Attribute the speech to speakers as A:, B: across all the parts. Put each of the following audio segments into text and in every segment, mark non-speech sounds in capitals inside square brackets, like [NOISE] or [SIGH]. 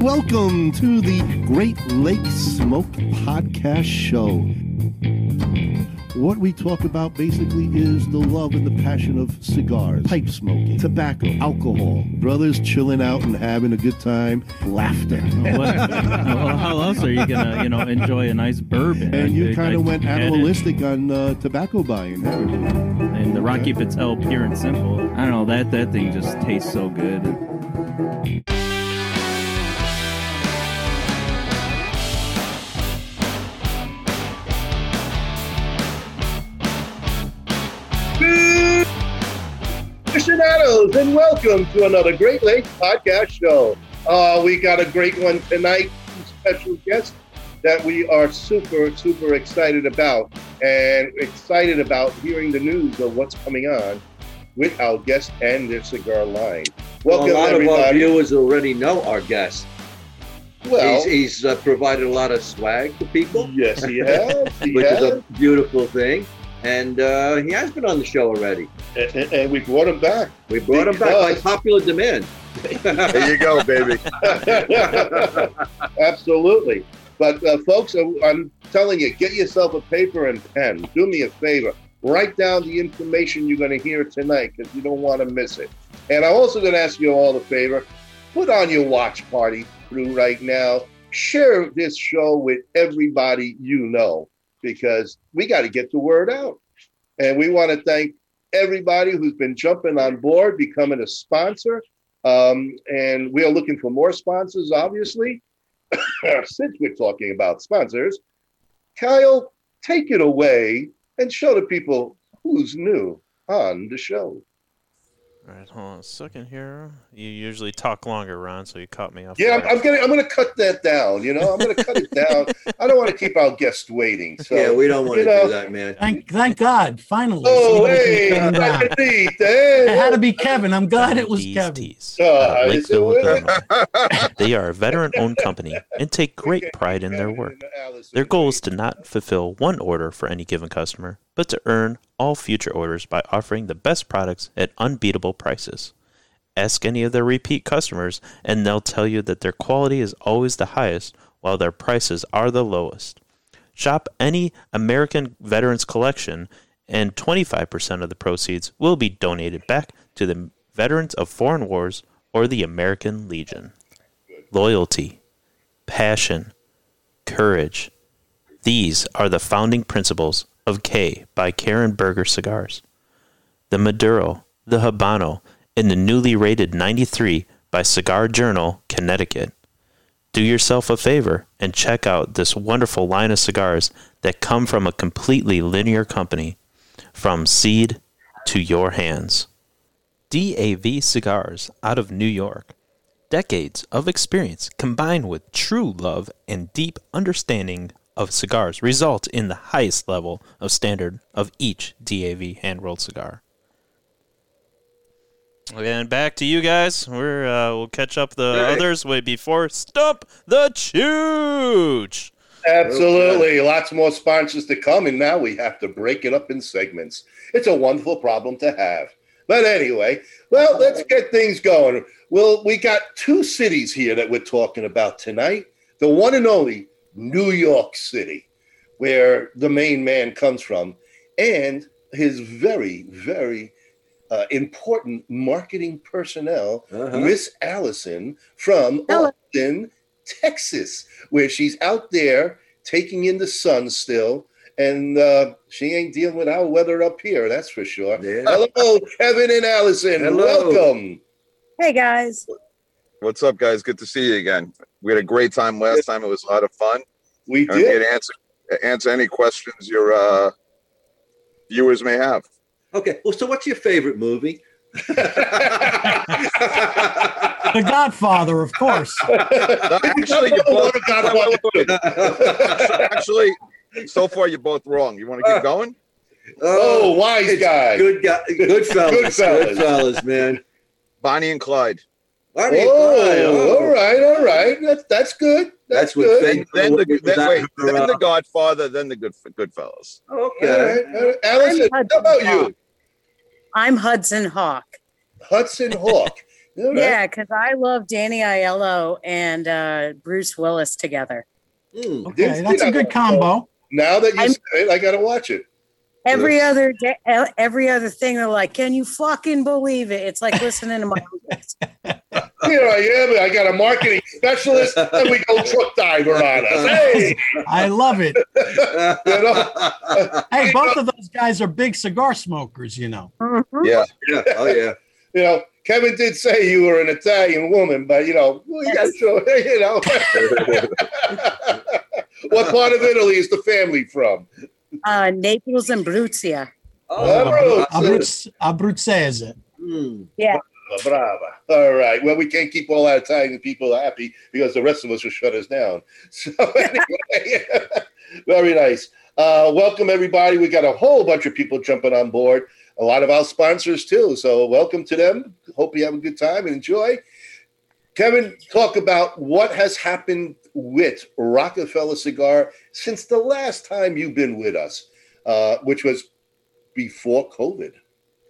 A: Welcome to the Great Lake Smoke Podcast Show. What we talk about basically is the love and the passion of cigars, pipe smoking, tobacco, alcohol, brothers chilling out and having a good time, laughter.
B: What, well, how else are you gonna, you know, enjoy a nice bourbon?
A: And
B: I-
A: you kind
B: I
A: of went
B: had it
A: animalistic on uh, tobacco buying. haven't you?
B: And the Rocky Patel Pure and Simple. I don't know that that thing just tastes so good.
C: aficionados, and welcome to another Great Lakes podcast show. Uh, we got a great one tonight, special guest that we are super, super excited about, and excited about hearing the news of what's coming on with our guest and their cigar line. Welcome,
D: Well, a lot of our
C: everybody.
D: viewers already know our guest.
C: well,
D: he's he's uh, provided a lot of swag to people,
C: yes, he has. He
D: [LAUGHS] which
C: has.
D: is a beautiful thing. And uh, he has been on the show already.
C: And- and- and we brought him back.
D: We brought him back by
C: Because-
D: popular demand.
E: There you go, baby.
C: [LAUGHS] Absolutely. But uh, folks, I- I'm telling you, get yourself a paper and pen. Do me a favor. Write down the information you're going to hear tonight because you don't want to miss it. And I'm also going to ask you all a favor. Put on your watch party crew right now. Share this show with everybody you know because we got to get the word out. And we want to thank everybody who's been jumping on board, becoming a sponsor. Um, and we are looking for more sponsors, obviously. [COUGHS] Since we're talking about sponsors, Kyle, take it away and show the people who's new on the show.
F: All right, hold on a second here. You usually talk longer, Ron, so you caught me off.
C: Yeah,
F: guard.
C: I'm, I'm gonna I'm gonna cut that down. You know, I'm gonna cut it down. I don't want to keep our guests waiting. So.
D: yeah, we don't want
C: you
D: to
C: know-
D: do that, man.
G: Thank, thank God, finally.
D: [LAUGHS]
C: Oh,
G: somebody
C: hey,
G: came back.
C: Dr. Deeth,
G: It
C: hey.
G: had to be Kevin. I'm glad it was
F: These
G: Kevin.
F: teas.
C: Uh,
F: Uh,
C: is
F: Lakeville,
C: it-
F: Montgomery. They are a veteran owned company and
C: [LAUGHS]
F: take great pride in their work. Their goal is to not fulfill one order for any given customer, but to earn all future orders by offering the best products at unbeatable prices. Ask any of their repeat customers, and they'll tell you that their quality is always the highest while their prices are the lowest. Shop any American Veterans Collection, and 25% of the proceeds will be donated back to the Veterans of Foreign Wars or the American Legion. Loyalty, passion, courage. These are the founding principles of K by Karen Berger Cigars. The Maduro, the Habano, and the newly rated 93 by Cigar Journal, Connecticut. Do yourself a favor and check out this wonderful line of cigars that come from a completely linear company from seed to your hands. DAV Cigars out of New York decades of experience combined with true love and deep understanding of cigars result in the highest level of standard of each DAV hand rolled cigar. And back to you guys. We're uh, we'll catch up the
D: Hey.
F: others way before stump the chooch.
C: Absolutely. Lots more sponsors to come, and now we have to break it up in segments. It's a wonderful problem to have. But anyway, well, let's get things going. Well, we got two cities here that we're talking about tonight. The one and only New York City, where the main man comes from, and his very, very uh, important marketing personnel
D: Uh-huh.
C: Miss Allison from Austin, Texas, where she's out there taking in the sun still, and uh, she ain't dealing with our weather up here, that's for sure.
D: Yeah.
C: Hello, Kevin and Allison.
D: Hello.
C: Welcome.
H: Hey guys.
E: What's up, guys? Good to see you again. We had a great time last time. It was a lot of fun.
C: We
E: And we
C: did.
E: can answer answer any questions your uh, viewers may have. [LAUGHS]
D: Okay. Well, so what's your favorite
C: [LAUGHS]
D: movie? [LAUGHS]
G: The Godfather, of course.
E: No, actually, you
C: Number
E: both,
C: one, God, one,
E: [LAUGHS]
C: two.
D: Oh,
E: actually, so far you're both wrong. You want to keep going?
C: Oh, wise
D: it's
C: guy.
D: good guy,
C: [LAUGHS]
D: good fellas,
C: Goodfellas.
D: good fellas, man.
E: Bonnie and Clyde.
D: Marty Clyde,
C: Oh, all right, all right. That's that's good. That's,
D: That's what
C: good.
D: they-
E: Then, then the
D: Was
E: then,
D: that
E: wait,
D: her,
E: then
D: uh,
E: the [LAUGHS] Godfather, then the Good Goodfellas.
D: Okay.
C: All right, all right. Allison,
H: I'm
C: how about you?
H: I'm Hudson Hawk.
C: Hudson Hawk.
D: [LAUGHS]
C: All right.
H: Yeah, because I love Danny Aiello and uh, Bruce Willis together.
D: Hmm. [LAUGHS]
G: Okay, that's a good combo.
C: Now that you
H: I'm-
C: said it, I gotta watch it.
H: Every other day, e, every other thing, they're like, "Can you fucking believe it?" It's like listening to my.
C: [LAUGHS] Here I am. I got a marketing specialist, and we go truck diver on us. Hey,
G: [LAUGHS] I love it.
D: yeah.
G: Hey, both of those guys are big cigar smokers, you know.
H: Mhm.
E: Yeah.
D: Oh yeah.
C: you know, Kevin did say you were an Italian woman, but you know, well, you got to show, [LAUGHS] you know. what part of Italy is the family from?
H: Uh, Naples and Bruzia.
C: Oh,
D: that's
G: Abruz- Abruzzese.
D: it. Uh, Hmm.
C: Brava. All right. Well, we can't keep all our Italian people happy because the rest of us will shut us down. [LAUGHS] So anyway, [LAUGHS] very nice. Uh, welcome everybody. We got a whole bunch of people jumping on board. A lot of our sponsors too. So welcome to them. Hope you have a good time and enjoy. Kevin, talk about what has happened with Rockefeller Cigar since the last time you've been with us, uh, which was before COVID.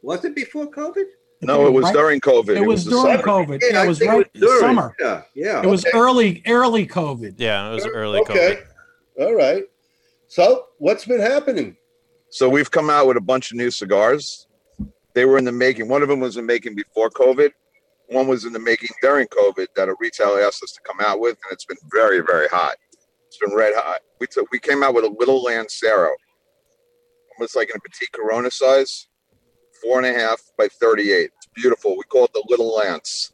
D: Was it before COVID?
E: No, it was
G: Right?
E: during COVID.
G: It was
E: the
G: during
E: summer.
G: COVID.
D: Yeah,
G: Yeah,
D: I
G: it was
D: think
G: right
D: it was during.
G: summer.
D: Yeah, yeah.
G: It was
C: Okay.
G: early, early COVID.
F: Yeah, it was early
C: Okay.
F: COVID.
C: All right. So, what's been happening?
E: So we've come out with a bunch of new cigars. They were in the making. One of them was in the making before COVID. One was in the making during COVID that a retailer asked us to come out with, and it's been very, very hot. It's been red hot. We took, we came out with a little Lancero, almost like in a petite Corona size, four and a half by thirty-eight. It's beautiful. We call it the Little Lance.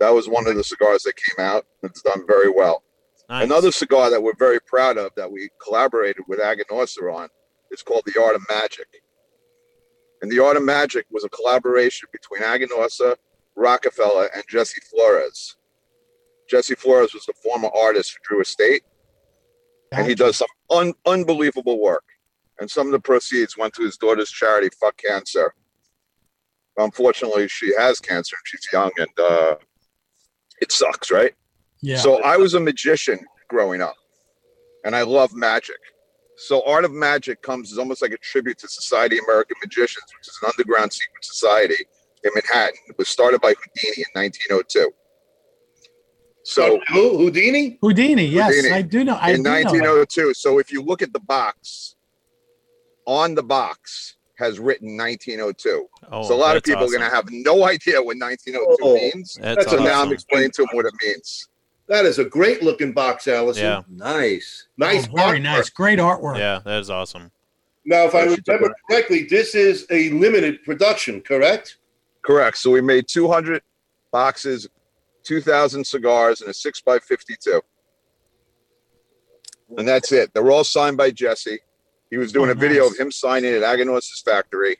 E: That was one of the cigars that came out. It's done very well.
F: Nice.
E: Another cigar that we're very proud of that we collaborated with Aganorsa on is called The Art of Magic. And The Art of Magic was a collaboration between Aganorsa, Rockefeller, and Jesse Flores. Jesse Flores was the former artist who drew estate, and he does some un- unbelievable work. And some of the proceeds went to his daughter's charity, Fuck Cancer. Unfortunately, she has cancer and she's young, and uh, it sucks, right?
G: Yeah.
E: So I was a magician growing up, and I love magic. So Art of Magic comes as almost like a tribute to Society of American Magicians, which is an underground secret society in Manhattan. It was started by Houdini in 1902. So
C: Who, Houdini?
G: Houdini, yes,
E: Houdini.
G: I do know. I
E: in oh,
G: do know.
E: 1902. So if you look at the box, on the box has written 1902.
F: oh,
E: so a lot of
F: that's
E: people are going
F: awesome.
E: to have no idea what 1902
C: Oh.
E: means.
F: That's
E: so now I'm
F: awesome.
E: explaining to them what it means.
C: That is a great looking box, Allison.
F: Yeah,
D: Nice.
C: Nice.
G: Oh, very
C: artwork.
G: nice. Great artwork.
F: yeah, that is awesome.
C: Now, if I
E: Yeah, she did
C: remember correctly, this is a limited production, correct?
E: Correct. So we made 200 boxes, 2,000 cigars, and a 6 by 52 And that's it. They're all signed by Jesse. He was doing
G: Oh,
E: a video
G: nice.
E: of him signing at Agonor's factory.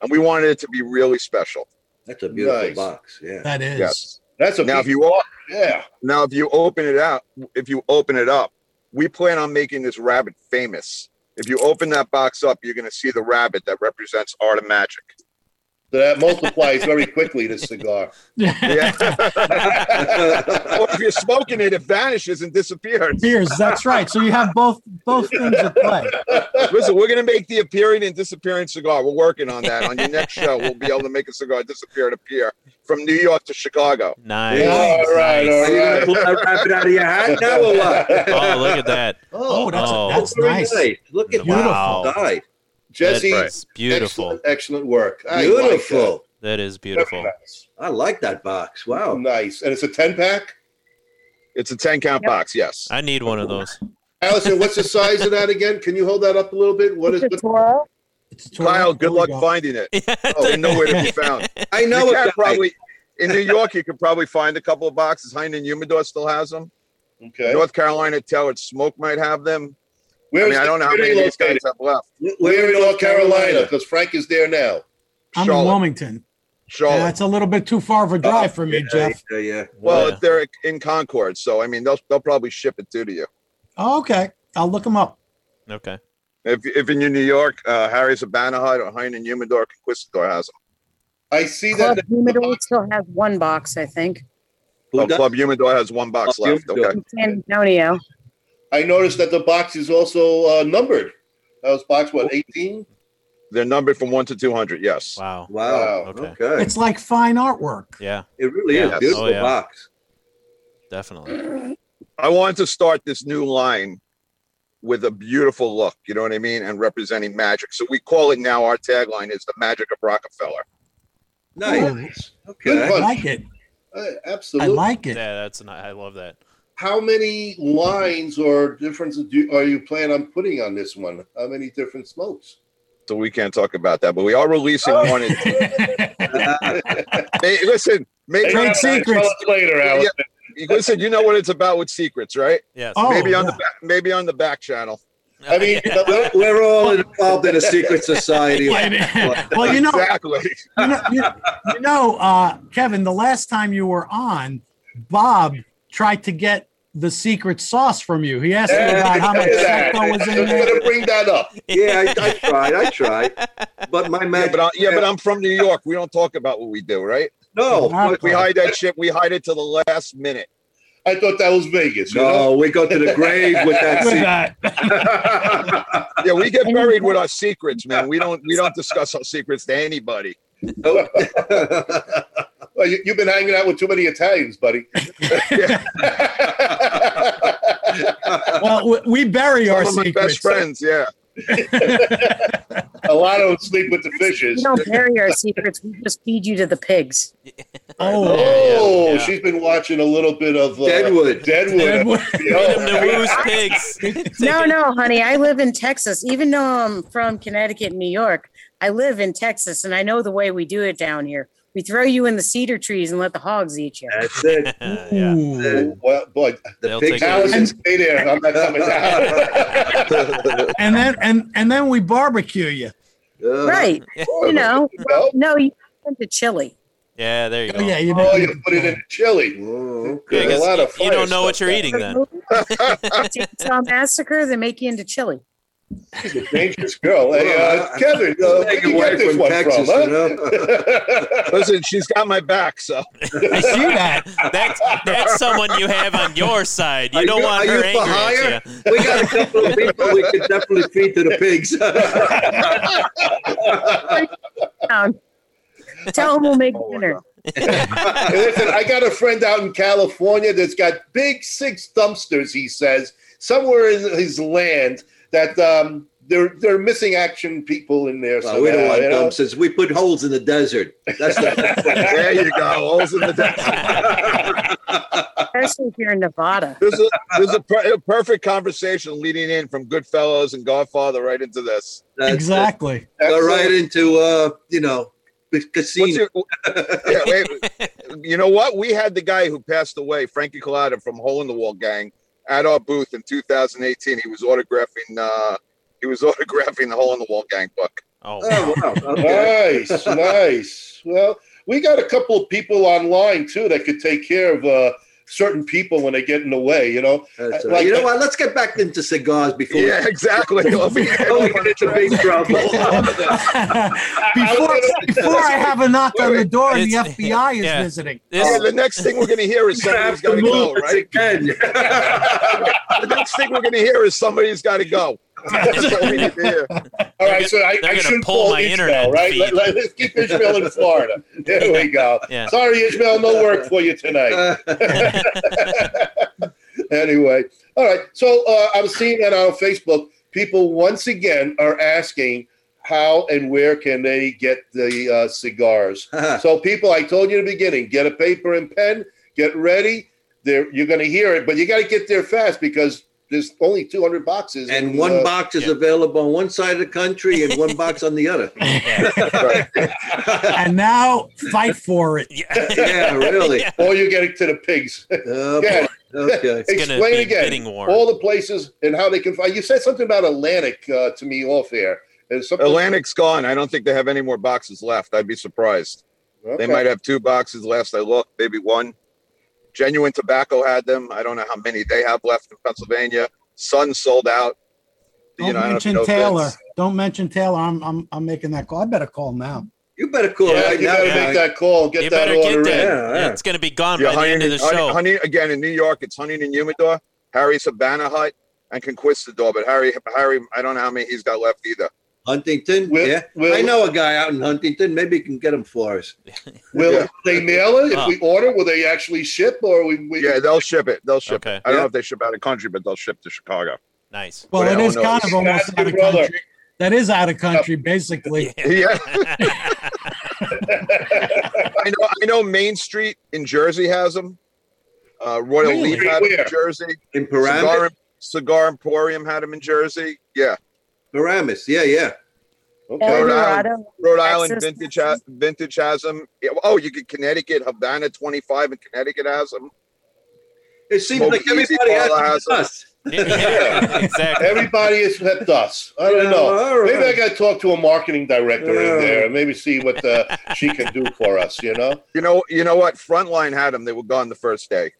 E: And we wanted it to be really special.
D: That's a beautiful
C: Nice.
D: box. Yeah.
G: That is.
E: Yes.
C: That's a
E: Now, if
C: piece-
E: you all
C: [LAUGHS] yeah.
E: now if you open it out, if you open it up, we plan on making this rabbit famous. If you open that box up, you're going to see the rabbit that represents art
G: [LAUGHS]
E: of magic.
C: So that multiplies very quickly. This
E: [LAUGHS]
C: cigar.
G: [LAUGHS]
E: Yeah. or if you're smoking it, it vanishes and disappears.
G: Beers, that's right. So you have both both things at play.
E: Listen, we're gonna make the appearing and disappearing cigar. We're working on that. On your next show, we'll be able to make a cigar disappear and appear from New York to Chicago.
F: Nice.
C: Yeah, all right, all
D: Are
F: nice.
D: you
C: right.
D: gonna pull that rabbit out of your [LAUGHS] hat now or what?
F: Oh, look
C: [LAUGHS]
F: at that.
G: Oh, that's
F: Oh.
G: that's
D: Very
G: nice.
D: Look at
G: Beautiful.
D: wow. Side.
C: Jesse,
F: That is beautiful.
C: excellent, excellent work. I like that.
D: Beautiful.
F: That is beautiful.
C: Very nice.
D: I like that box. Wow.
C: Nice. And it's a ten pack.
E: It's a ten count
H: Yep.
E: box. Yes,
F: I need one of those.
C: Allison, what's the size of that again? Can you hold that up a little bit? What is?
H: It's a twirl.
G: It's totally-
E: Kyle. Good
G: there we
E: luck
G: go.
E: finding it.
G: [LAUGHS]
F: [LAUGHS]
E: Oh, and nowhere to be found.
D: I know
E: you
D: it.
E: can probably in New York. You could probably find a couple of boxes. Heinen Humidor still has them.
C: Okay.
E: North Carolina Toward Smoke might have them. I
C: Where's
E: mean, I don't know how many of these guys have left.
C: We're in North Carolina because Frank is there now.
G: I'm in
E: Charlotte.
G: Wilmington. Yeah,
E: Charlotte. Oh,
G: that's a little bit too far of a drive for me, Jeff.
D: Yeah, yeah.
F: Oh,
E: Well,
F: Yeah.
E: they're in Concord, so I mean, they'll they'll probably ship it due to you.
G: Oh, okay, I'll look them up.
F: okay.
E: If, if in New York, uh, Harry's Abanahide or Heinen Humidor Conquistador has them.
C: I see
H: Club
C: that.
H: Humidor still has one box, I think.
D: Who
E: Oh,
D: does-
E: Club Humidor has one box
D: Club
E: left.
D: Humidor.
E: Okay.
H: In San Antonio.
C: I noticed that the box is also uh, numbered. That was box what eighteen.
E: They're numbered from one to two hundred. Yes.
F: Wow.
D: Wow.
C: Wow.
F: Okay.
D: Okay.
G: It's like fine artwork.
F: Yeah,
D: it really
F: Yeah.
D: is. Beautiful
F: Oh, yeah.
D: box.
F: definitely.
E: I wanted to start this new line with a beautiful look. You know what I mean? And representing magic. So we call it now. Our tagline is the magic of Rockefeller.
D: Nice.
C: Good
G: I
D: Okay.
C: one.
G: like it.
C: Uh,
G: I
C: absolutely.
G: like
F: Yeah,
G: it. [LAUGHS]
F: that's not, I love that.
C: How many lines or differences do, are you planning on putting on this one? How many different smokes?
E: So we can't talk about that, but we are releasing
C: Oh.
G: [LAUGHS]
E: one. In,
D: Uh,
E: Hey, listen, maybe
G: Trade secrets.
C: Tell us later, Allison.
E: listen. You know what it's about with secrets, right?
F: Yes.
G: Oh,
E: maybe on
G: yeah.
E: the back, maybe on the back channel.
C: I mean,
D: we're, we're all involved in a secret
G: [LAUGHS]
D: society.
G: Well, you know, [LAUGHS]
E: exactly.
G: you know, you, you know uh, Kevin, the last time you were on, Bob tried to get the secret sauce from you. He asked you about how much
C: Yeah.
G: Secco was
C: I'm
G: in there.
C: going to bring that up.
D: yeah, I, I tried. I tried. But my
E: Yeah,
D: magic.
E: but I, yeah, but I'm from New York. We don't talk about what we do, right?
D: no,
G: Not-
E: [LAUGHS] We hide that shit. We hide it till the last minute.
C: I thought that was Vegas. You know?
D: no, we
C: [LAUGHS]
D: go to the grave with that
G: With
D: secret.
G: that.
E: Yeah, we get buried with our secrets, man. We don't we don't discuss our secrets to anybody.
C: [LAUGHS] Well, you, you've been hanging out with too many Italians,
G: [LAUGHS]
C: buddy. [LAUGHS]
G: Well, we- we bury our
E: Some of my
G: secrets.
E: best friends, yeah.
C: A lot of them sleep with the fishes.
H: We don't bury our secrets. We just feed you to the pigs.
G: Oh,
C: Oh,
F: Yeah, yeah.
C: she's been watching a little bit of uh,
D: Deadwood.
C: Deadwood.
G: Deadwood.
F: Feed 'em to
C: [LAUGHS]
F: Woo's pigs. [LAUGHS] Take
H: No,
F: it-
H: no, honey. I live in Texas. Even though I'm from Connecticut and New York, I live in Texas and I know the way we do it down here. We throw you in the cedar trees and let the hogs eat you.
D: That's it.
F: yeah.
G: Ooh.
C: Well, boy,
F: They'll
D: pig
F: take it.
D: [LAUGHS]
C: Allison, stay there. I'm not coming down.
G: and then and and then we barbecue you.
F: Oh,
D: Uh,
H: Right. You know,
C: No?
H: no, you put the chili.
F: Yeah, there you go.
G: Oh, yeah, you
C: Oh,
G: know.
C: you put it in chili.
D: oh,
F: Yeah,
D: okay.
C: Good.
F: 'cause
C: A lot of
F: you- you
C: fire
F: don't know what
C: stuff
F: you're
C: there. [LAUGHS]
F: eating then.
H: Chainsaw Massacre, they make you into chili.
C: She's a dangerous girl. Hey, uh, Kevin, uh, where
D: Take
C: did you
D: away
C: get this
D: from
C: one
D: Texas,
C: from?
D: you
C: Huh?
E: Listen, she's got my back, so
G: I see that.
F: [LAUGHS] That's that's someone you have on your side. You
D: Are
F: don't
D: you-
F: want
D: are
F: her
D: you for
F: angry at you.
D: We got a couple of people we could definitely feed to the pigs. [LAUGHS]
H: Um, tell them we'll make dinner.
C: [LAUGHS] Hey, Listen, I got a friend out in California that's got big six dumpsters. He says somewhere in his land that um, they're they're missing action people in there.
D: Well, we don't
C: somehow,
D: want
C: you know?
D: dumpsters. We put holes in the desert.
C: [LAUGHS]
D: That's the
E: there you go. Holes in the desert.
H: Especially if you're in Nevada.
E: There's a there's a, per- a perfect conversation leading in from Goodfellas and Godfather right into this.
D: that's
E: [LAUGHS]
G: exactly. [LAUGHS]
D: it. Go
C: That's
D: right into uh, you know, the
E: What's
D: casino.
E: your, yeah, wait, you know what? We had the guy who passed away, Frankie Collada from Hole in the Wall Gang, at our booth in 2018. He was autographing. Uh, he was [LAUGHS] autographing the Hole in the Wall Gang book.
F: Oh,
D: Oh wow. Okay.
C: nice,
F: [LAUGHS]
C: nice. Well, we got a couple of people online too that could take care of uh, certain people when they get in the way. You know,
D: That's all
C: Like
D: right. You know
C: that-
D: what? Let's get back into cigars before we-
E: Yeah, [LAUGHS] exactly. Let me-
D: before we get into big [LAUGHS] trouble.
G: before, before I have a knock on the door and the
F: It's-
G: FBI is
F: yeah.
G: visiting.
E: Yeah,
F: this
E: the next thing we're gonna hear is somebody's gotta go, right?
D: again.
E: The next thing we're gonna hear is somebody's gotta go. That's what we need to hear.
C: All
F: They're
C: right,
F: gonna-
C: so I,
F: they're
C: I
F: gonna
C: should
F: pull
C: pull
F: my
C: Ishmael,
F: internet
C: right?
F: feed.
C: Let, us keep Ishmael in
F: [LAUGHS]
C: Florida. There we go.
F: Yeah.
C: Sorry, Ishmael, no work for you tonight. anyway, all right. So uh, I'm seeing that on Facebook, people once again are asking how and where can they get the uh, cigars. So, people, I told you in the beginning, get a paper and pen, get ready. There, you're going to hear it, but you got to get there fast because there's only 200 boxes.
D: [LAUGHS] and
C: in,
D: one
C: uh,
D: box is
F: yeah.
D: available on one side of the country and one box on the other.
F: yeah.
G: And now fight for it.
F: yeah.
D: Yeah, really.
F: Yeah.
C: or you get it to the pigs.
D: Oh,
C: Yeah.
D: boy. Okay.
F: It's gonna
C: Explain
F: be
C: again
F: bidding war.
C: all the places and how they can find. You said something about Atlantic uh, to me off air. There's something-
E: Atlantic's gone. I don't think they have any more boxes left. I'd be surprised.
C: Okay.
E: They might have two boxes left. I looked, maybe one. Genuine Tobacco had them. I don't know how many they have left in Pennsylvania. Sun sold out.
G: Don't
E: [LAUGHS] You know, I
G: mention
E: know if
G: Taylor.
E: that's-
G: Don't mention Taylor. I'm, I'm I'm making that call. I better call now.
D: You better call
C: Yeah,
D: right
C: you
D: now.
C: better make that call. and Get
F: You
C: that
F: better get
C: order
F: that.
C: in.
D: Yeah, yeah.
F: It's gonna be gone
E: Yeah,
F: by the end of the
E: Huntington-
F: show.
E: Hunting- Hunting- again in New York, it's Huntington Humidor, Harry's Habana Hut, and Conquistador. But Harry, Harry, I don't know how many he's got left either.
D: Huntington.
C: Will-
D: yeah,
C: will-
D: I know a guy out in Huntington. Maybe you can get him for us.
C: Will
E: Yeah.
C: they mail it? If
F: Ah.
C: we order, will they actually ship or we? we
E: Yeah, they'll ship it. They'll ship
F: Okay.
E: it. I don't
D: Yeah.
E: know if they ship out of country, but they'll ship to Chicago.
F: Nice.
G: Well,
E: Well,
G: it is
E: no,
G: kind of
C: it's
G: almost
C: not
G: out
C: your
G: of
C: brother.
G: country. That is out of country, basically.
E: Yeah. I know. I know. Main Street in Jersey has them. Uh, Royal
G: Really?
E: Leaf had 'em
C: Where?
E: in Jersey.
D: In Paramus,
E: Cigar, Cigar Emporium had them in Jersey. Yeah,
D: Paramus. Yeah, yeah.
C: Okay.
H: El
E: Rhode Island.
H: Dorado.
E: Rhode Island
H: Texas.
E: Vintage ha- Vintage has them. Yeah, Oh, you could Connecticut Havana Twenty Five in Connecticut has them.
D: It seems
E: Smoke
D: like
E: Easy
D: everybody has,
E: Paula
D: to
E: has
D: be us.
F: [LAUGHS] Yeah, exactly.
C: Everybody except us. I don't
D: Yeah,
C: know.
D: all
C: Maybe I
D: right.
C: got to talk to a marketing director in
D: Yeah.
C: there and maybe see what
D: [LAUGHS]
C: uh, she can do for us. You know.
E: You know, you know what? Frontline had them. They were gone the first day.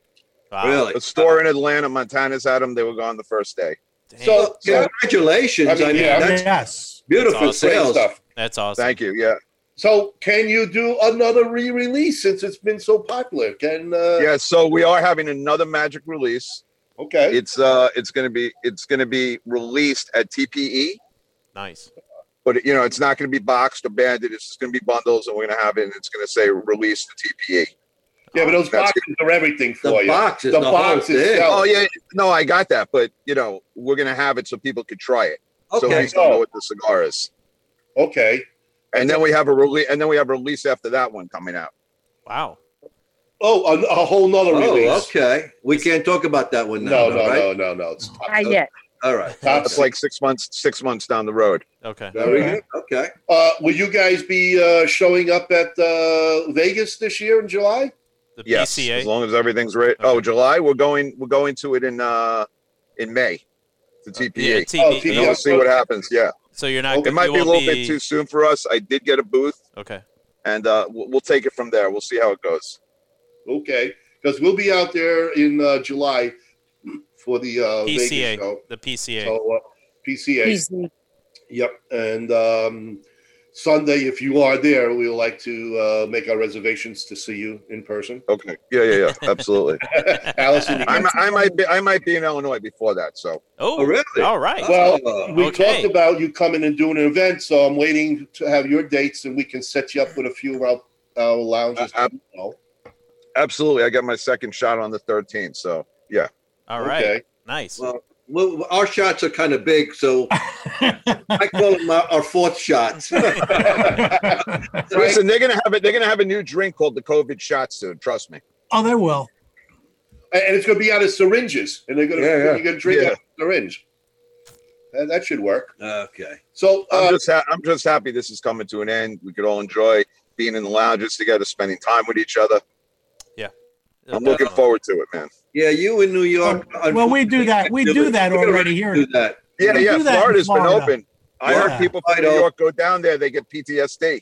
F: Wow,
D: Really?
E: A store in Atlanta, Montana's had them. They were gone the first day.
F: dang,
C: So, so
D: Congratulations!
C: I
D: I
C: mean,
D: mean,
C: yeah.
D: that's
G: Yes.
D: beautiful
F: That's awesome.
C: great
D: sales.
C: stuff.
F: that's awesome.
E: Thank you. Yeah.
C: So can you do another re-release since it's been so popular? Can uh,
E: Yeah. So we are having another magic release.
C: okay.
E: It's uh, it's gonna be it's gonna be released at TPE.
F: Nice.
E: but you know it's not going to be boxed or banded. It's just going to be bundles, and we're going to have it, and it's going to E. say release the TPE.
C: yeah, but those
E: That's-
C: boxes are everything
D: The
C: for you.
D: box is
C: The
D: the,
C: box
D: whole
C: is
D: thing.
C: selling.
E: Oh yeah, no, I got that, but you know we're going to have it so people could try it,
G: Oh,
E: so at
D: Okay.
E: least they know what the cigar is.
C: Okay.
E: And then we have a release, and then we have a release after that one coming out.
F: Wow.
C: Oh, a, a whole nother
D: Oh,
C: release.
D: okay. We can't talk about that one
C: No,
D: now.
C: no,
D: right? Oh.
C: no, no, no. It's top,
H: Not yet.
D: All right.
C: top
E: It's like six months, six months down the road.
F: Okay.
D: Very good. Okay.
C: Uh, will you guys be uh, showing up at uh, Vegas this year in July?
F: The
E: Yes,
F: PCA.
E: as long as everything's ready. Oh, July, we're going, we're going to it in uh in May, the
F: yeah,
E: TPE.
F: TPE.
C: Oh,
E: E. and
C: TPE.
E: we'll see what happens. Yeah,
F: So you're not.
E: it might
F: you
E: be a
F: won't
E: little bit too soon for us. I did get a booth.
F: Okay.
E: and uh, we'll, we'll take it from there. We'll see how it goes.
C: Okay, because we'll be out there in uh, July for the uh,
F: PCA.
C: Vegas show.
F: The PCA.
C: So uh, PCA.
H: Easy.
C: Yep. And um, Sunday, if you are there, we would like to uh, make our reservations to see you in
F: [LAUGHS]
C: person.
E: Okay. Yeah, yeah, [LAUGHS] yeah. Absolutely.
C: Allison, you-
E: I, mi- I might be I might be in Illinois before that. So
F: oh,
D: Oh, really?
F: All right.
C: Well,
D: Oh,
C: we
F: okay.
C: talked about you coming and doing an event, so I'm waiting to have your dates, and we can set you up with a few of our, our lounges.
E: Uh, uh,
C: Oh,
E: absolutely, I got my second shot on the 13th. So yeah,
F: all right.
C: okay.
F: Nice.
D: Well, well, our shots are kind of big,
G: [LAUGHS]
D: so I call them our, our
C: [LAUGHS]
D: fourth shots.
E: listen, they're gonna have it. They're gonna have a new drink called the COVID shot soon. Trust me.
G: Oh, they will.
C: And and it's going to be out of syringes, and they're going to
E: Yeah, yeah.
C: you're going to drink
E: Yeah.
C: out of syringe. And that should work.
D: okay.
C: So
E: I'm
C: uh,
E: just ha- I'm just happy this is coming to an end. We could all enjoy being in the lounges together, spending time with each other. I'm looking forward to it, man.
D: Yeah, you in New York.
G: Well, we do that. We do that
D: We
G: already here.
D: Do that.
E: Yeah,
G: We
E: yeah.
G: do that in
E: Florida's been
G: Florida.
E: open. I
G: Yeah.
E: heard people from New York go down there, they get PTSD.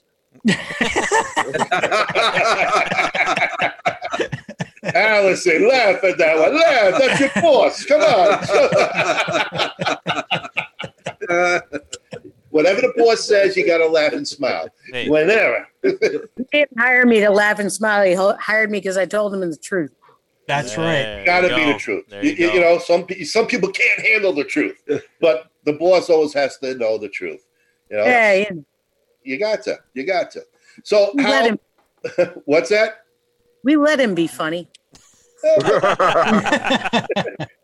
C: Allison, laugh at that one. Laugh. That's your boss. Come on. [LAUGHS]
D: Uh,
C: Whatever the boss says, you got to laugh and smile.
F: Hey,
C: Whenever.
H: He didn't hire me to laugh and smile. He ho- hired me because I told him the truth.
G: That's right.
F: there you
C: Got to be
F: go.
C: the truth.
F: There
C: You,
F: you,
C: you-
F: go.
C: you know, some pe- some people can't handle the truth, but the boss always has to know the truth. You know,
H: Yeah, yeah.
C: you got to, you got to. So,
H: We
C: how,
H: let him.
C: what's that?
H: We let him be funny.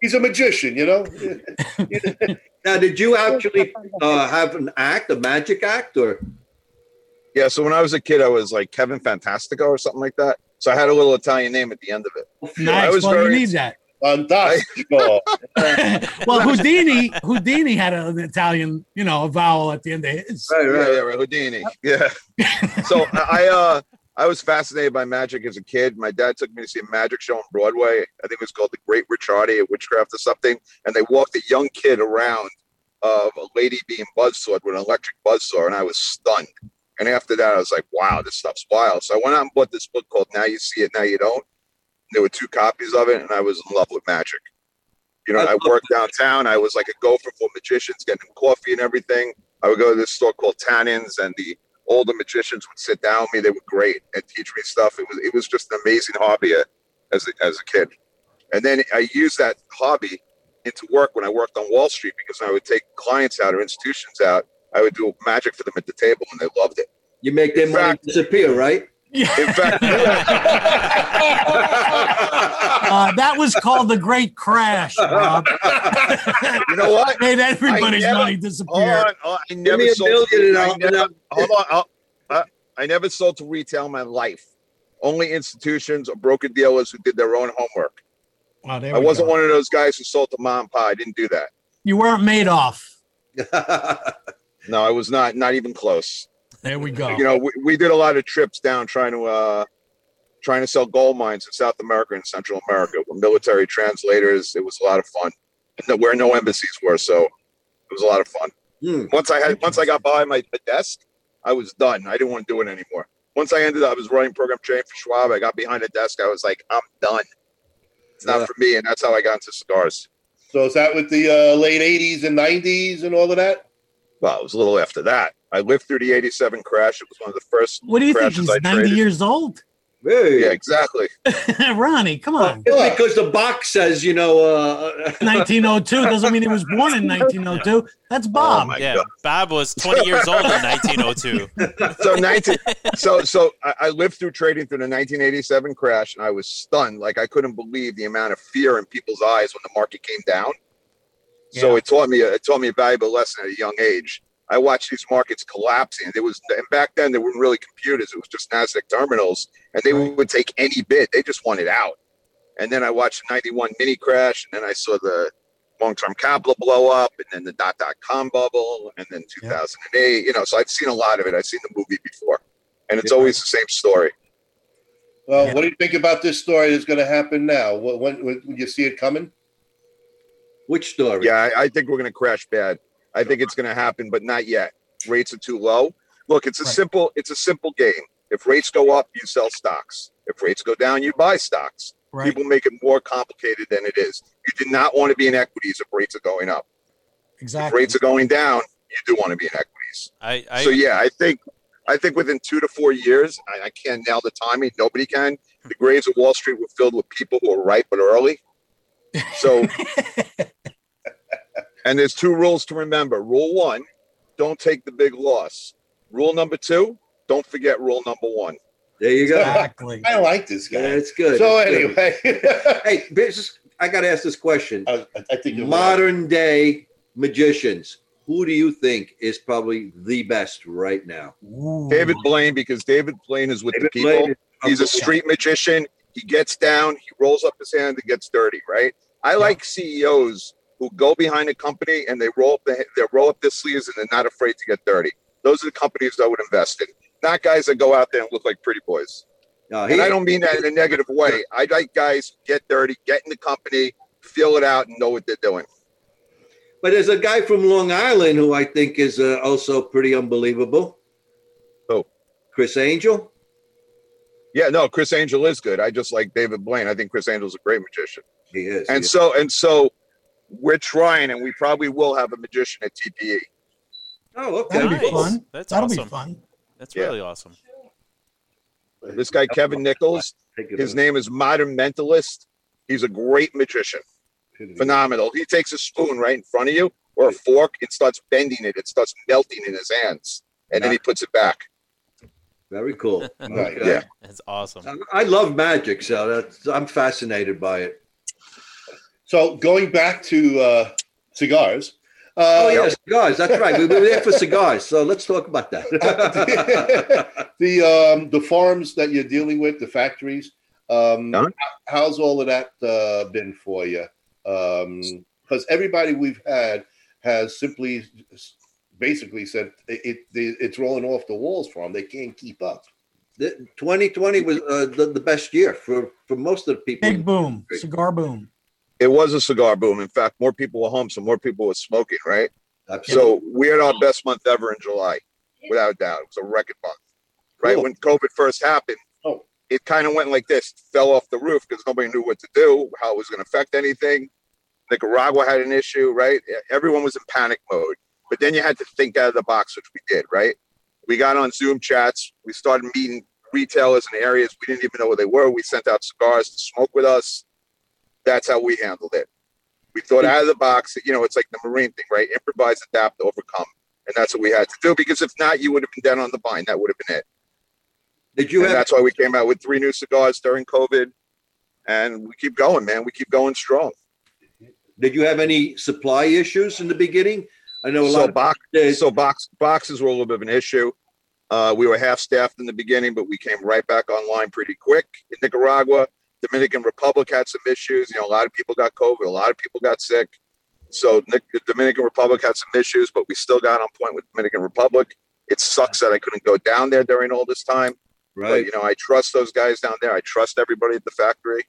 C: He's a magician, you know.
D: now, did you actually uh, have an act, a magic act, or
E: [LAUGHS] Yeah, so when I was a kid, I was like Kevin Fantastico or something like that. So I had a little Italian name at the end of it. I
G: Nice.
E: was
G: Well,
E: very-
G: you need that.
D: [LAUGHS]
C: Fantastico.
E: [LAUGHS]
G: well, Houdini, Houdini had an Italian, you know, a vowel at the end of his.
D: right,
E: Yeah,
D: right,
E: yeah, right, Houdini.
G: [LAUGHS]
E: Yeah. so I I, uh, I was fascinated by magic as a kid. My dad took me to see a magic show on Broadway. I think it was called The Great Ricciardi at Witchcraft or something. And they walked a young kid around of a lady being buzzsawed with an electric buzzsaw, and I was stunned. And after that, I was like, wow, this stuff's wild. So I went out and bought this book called Now You See It, Now You Don't. There were two copies of it, and I was in love with magic. You know,
D: I
E: I
D: love
E: worked downtown. I was like a gopher for magicians, getting coffee and everything. I would go to this store called Tannins, and the older magicians would sit down with me. They were great and teach me stuff. It was it was just an amazing hobby uh, as a, as a kid. And then I used that hobby into work when I worked on Wall Street because I would take clients out or institutions out I would do magic for them at the table, and they loved it.
D: You make their money
E: Exactly.
D: disappear, right?
E: In fact,
G: Uh, that was called the Great Crash, Rob.
E: you know
D: [LAUGHS]
E: what?
G: Made everybody's
E: I never-
G: money
E: Hold
G: disappear.
E: on, oh, I
D: Give
E: never
D: me a
E: sold.
D: million and
E: I
D: I'll, and
E: never,
D: I'll
E: hold on, I'll- I, I never sold to retail in my life. Only institutions or broker dealers who did their own homework.
G: Wow, Oh, there
E: I
G: we
E: wasn't
G: go.
E: one of those guys who sold to mom and pie. I didn't do that.
G: You weren't made off.
D: [LAUGHS]
E: No, I was not. Not even close.
G: There we go.
E: You know, we, we did a lot of trips down trying to uh, trying to sell gold mines in South America and Central America with military translators. It was a lot of fun, and that- where no embassies were, so it was a lot of fun.
D: Hmm.
E: Once I had once I got behind my desk, I was done. I didn't want to do it anymore. Once I ended up, I was running program training for Schwab. I got behind a desk. I was like, I'm done. It's not
D: Yeah.
E: for me, and that's how I got into cigars.
C: So is that with the uh, late '80s and '90s and all of that?
E: Well, it was a little after that. I lived through the '87 crash. It was one of the first.
G: What do you think?
E: crashes
G: He's
E: I
G: 90
E: traded.
G: years old? [LAUGHS]
D: Hey.
E: Yeah, exactly.
G: Ronnie, come on.
D: It's because the box says, you know, uh,
G: 1902 doesn't mean he was born in 1902. That's
E: Oh,
G: Bob.
E: my
F: Yeah,
E: God.
F: Bob was 20 years old in 1902.
E: [LAUGHS] so 19 so so I, I lived through trading through the 1987 crash and i was stunned like i couldn't believe the amount of fear in people's eyes when the market came down so
G: Yeah.
E: it taught me it taught me a valuable lesson at a young age i watched these markets collapsing and it was and back then there weren't really computers it was just nasdaq terminals and they would take any bid they just wanted out and then i watched the 91 mini crash and then i saw the long-term capital blow up and then the dot-dot-com bubble and then 2008 you know so i've seen a lot of it i've seen the movie before and it's always the same story
C: Well,
G: Yeah.
C: what do you think about this story that's going to happen now? What, when, when you see it coming?
D: which story?
E: yeah i, I think we're going to crash bad i think it's going to happen but not yet rates are too low look it's a
G: Right.
E: simple it's a simple game if rates go up you sell stocks if rates go down you buy stocks
G: Right.
E: people make it more complicated than it is you do not want to be in equities if rates are going up if
G: Exactly.
E: rates are going down you do want to be in equities
F: I, I,
E: so yeah, I think I think within two to four years, I, I can't nail the timing. Nobody can. The graves of Wall Street were filled with people who were ripe but early. So, and there's two rules to remember. Rule one: don't take the big loss. Rule number two: don't forget rule number one.
D: There you
E: [LAUGHS]
D: go.
G: Exactly.
C: I like this
D: Yeah,
C: guy.
D: it's good.
C: so
D: It's good.
C: anyway,
D: [LAUGHS] Hey, business, I got to ask this question.
E: Oh,
C: I, I think it was-
D: Modern day magicians, who do you think is probably the best right now?
G: Ooh.
E: David Blaine, because David Blaine is with the people.
D: Blaine is
E: He's a
D: probably-
E: street magician. He gets down, he rolls up his hand, and gets dirty. Right? I like CEOs who go behind a company and they roll up the, they roll up their sleeves and they're not afraid to get dirty. Those are the companies I would invest in, not guys that go out there and look like pretty boys.
D: No, he-
E: And I don't mean that in a negative way. I like guys who get dirty, get in the company, feel it out, and know what they're doing.
D: But there's a guy from Long Island who I think is uh, also pretty unbelievable.
E: Who?
D: Chris Angel.
E: Yeah, no, Chris Angel is good. I just like David Blaine. I think Chris Angel's a great magician.
D: He is.
E: And so and so we're trying and we probably will have a magician at E. TPE.
D: oh, okay.
G: That'll be
F: Nice.
G: fun.
F: That's
G: That'll
F: awesome.
G: be fun.
F: that's
E: Yeah.
F: really awesome.
E: This guy Kevin Nichols,
D: Take it
E: his
D: away.
E: name is Modern Mentalist. He's a great magician. Phenomenal. He takes a spoon right in front of you or a fork and starts bending it. It starts melting in his hands. And then he puts it back.
D: Very
E: [LAUGHS]
D: cool.
C: Right.
D: Okay.
E: Yeah.
F: That's awesome.
D: I- I love magic, so that's, I'm fascinated by it.
C: So going back to uh, cigars. Uh,
D: Oh, yeah, cigars. That's right. We were there for cigars, so let's talk about
E: [LAUGHS]
D: that.
C: [LAUGHS] the um, the farms that you're dealing with, the factories. Um,
E: Don?
C: how's all of that uh, been for you? Because everybody we've had has simply, basically said it, it it's rolling off the walls for them. They can't keep up.
D: The- 2020 was uh, the, the best year for, for most of the people.
G: Big boom. Cigar boom.
E: It was a cigar boom. In fact, more people were home, so more people were smoking, right?
D: Absolutely.
E: So we had our best month ever in July, without a doubt. It was a record month. Right?
C: Cool.
E: When COVID first happened,
C: Oh.
E: it kind of went like this, fell off the roof because nobody knew what to do, how it was going to affect anything. Nicaragua had an issue, right? E-, Everyone was in panic mode. But then you had to think out of the box, which we did, right? We got on Zoom chats. We started meeting retailers in areas we didn't even know where they were. We sent out cigars to smoke with us. That's how we handled it. We thought out of the box. You know, it's like the Marine thing, right? Improvise, adapt, overcome. and that's what we had to do. Because if not, you would have been down on the vine. That would have been it.
D: Did you
E: and
D: have
E: that's why we came out with three new cigars during COVID, and we keep going, man. We keep going strong.
D: Did you have any supply issues in the beginning? I know a
E: So
D: lot.
E: box,
D: of,
E: so box boxes were a little bit of an issue. Uh, we were half staffed in the beginning, but we came right back online pretty quick in Nicaragua. Dominican Republic had some issues. You know, a lot of people got COVID. A lot of people got sick. So Nic- the Dominican Republic had some issues, but we still got on point with Dominican Republic. It sucks that I couldn't go down there during all this time. But
D: right?
E: you know, I trust those guys down there. I trust everybody at the factory.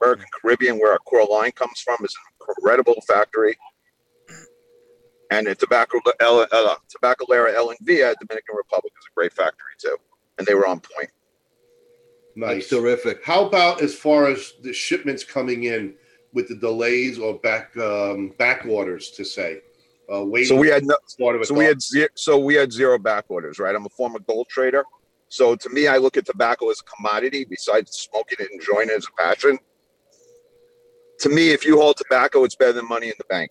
E: American Caribbean, where our core line comes from, is an incredible factory. And the tobacco L, uh, Tabacalera L and V at Dominican Republic is a great factory too, and they were on point.
D: That's
C: Nice.
D: terrific.
C: How about as far as the shipments coming in with the delays or back um, back orders to say? Uh, waiting
E: So we had no,
C: part of it.
E: so we had zero, so we had zero back orders, right? I'm a former gold trader, so to me, I look at tobacco as a commodity. Besides smoking it, and enjoying it as a passion. To me, if you hold tobacco, it's better than money in the bank.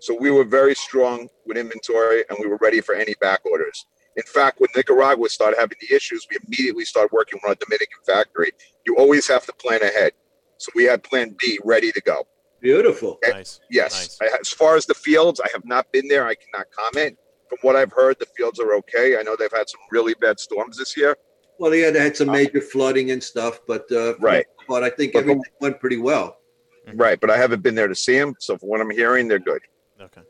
E: So we were very strong with inventory, and we were ready for any back orders. In fact, when Nicaragua started having the issues, we immediately started working with our Dominican factory. You always have to plan ahead. So we had Plan B ready to go.
D: Beautiful.
F: Nice.
E: Yes. I, as far as the fields, I have not been there. I cannot comment. From what I've heard, the fields are okay. I know they've had some really bad storms this year.
D: Well, yeah, they had some major flooding and stuff, but uh,
E: Uh, Right.
D: But I think
E: But the-
D: everything went pretty well.
F: Mhm.
E: Right. But I haven't been there to see them. So from what I'm hearing, they're good.
F: Okay.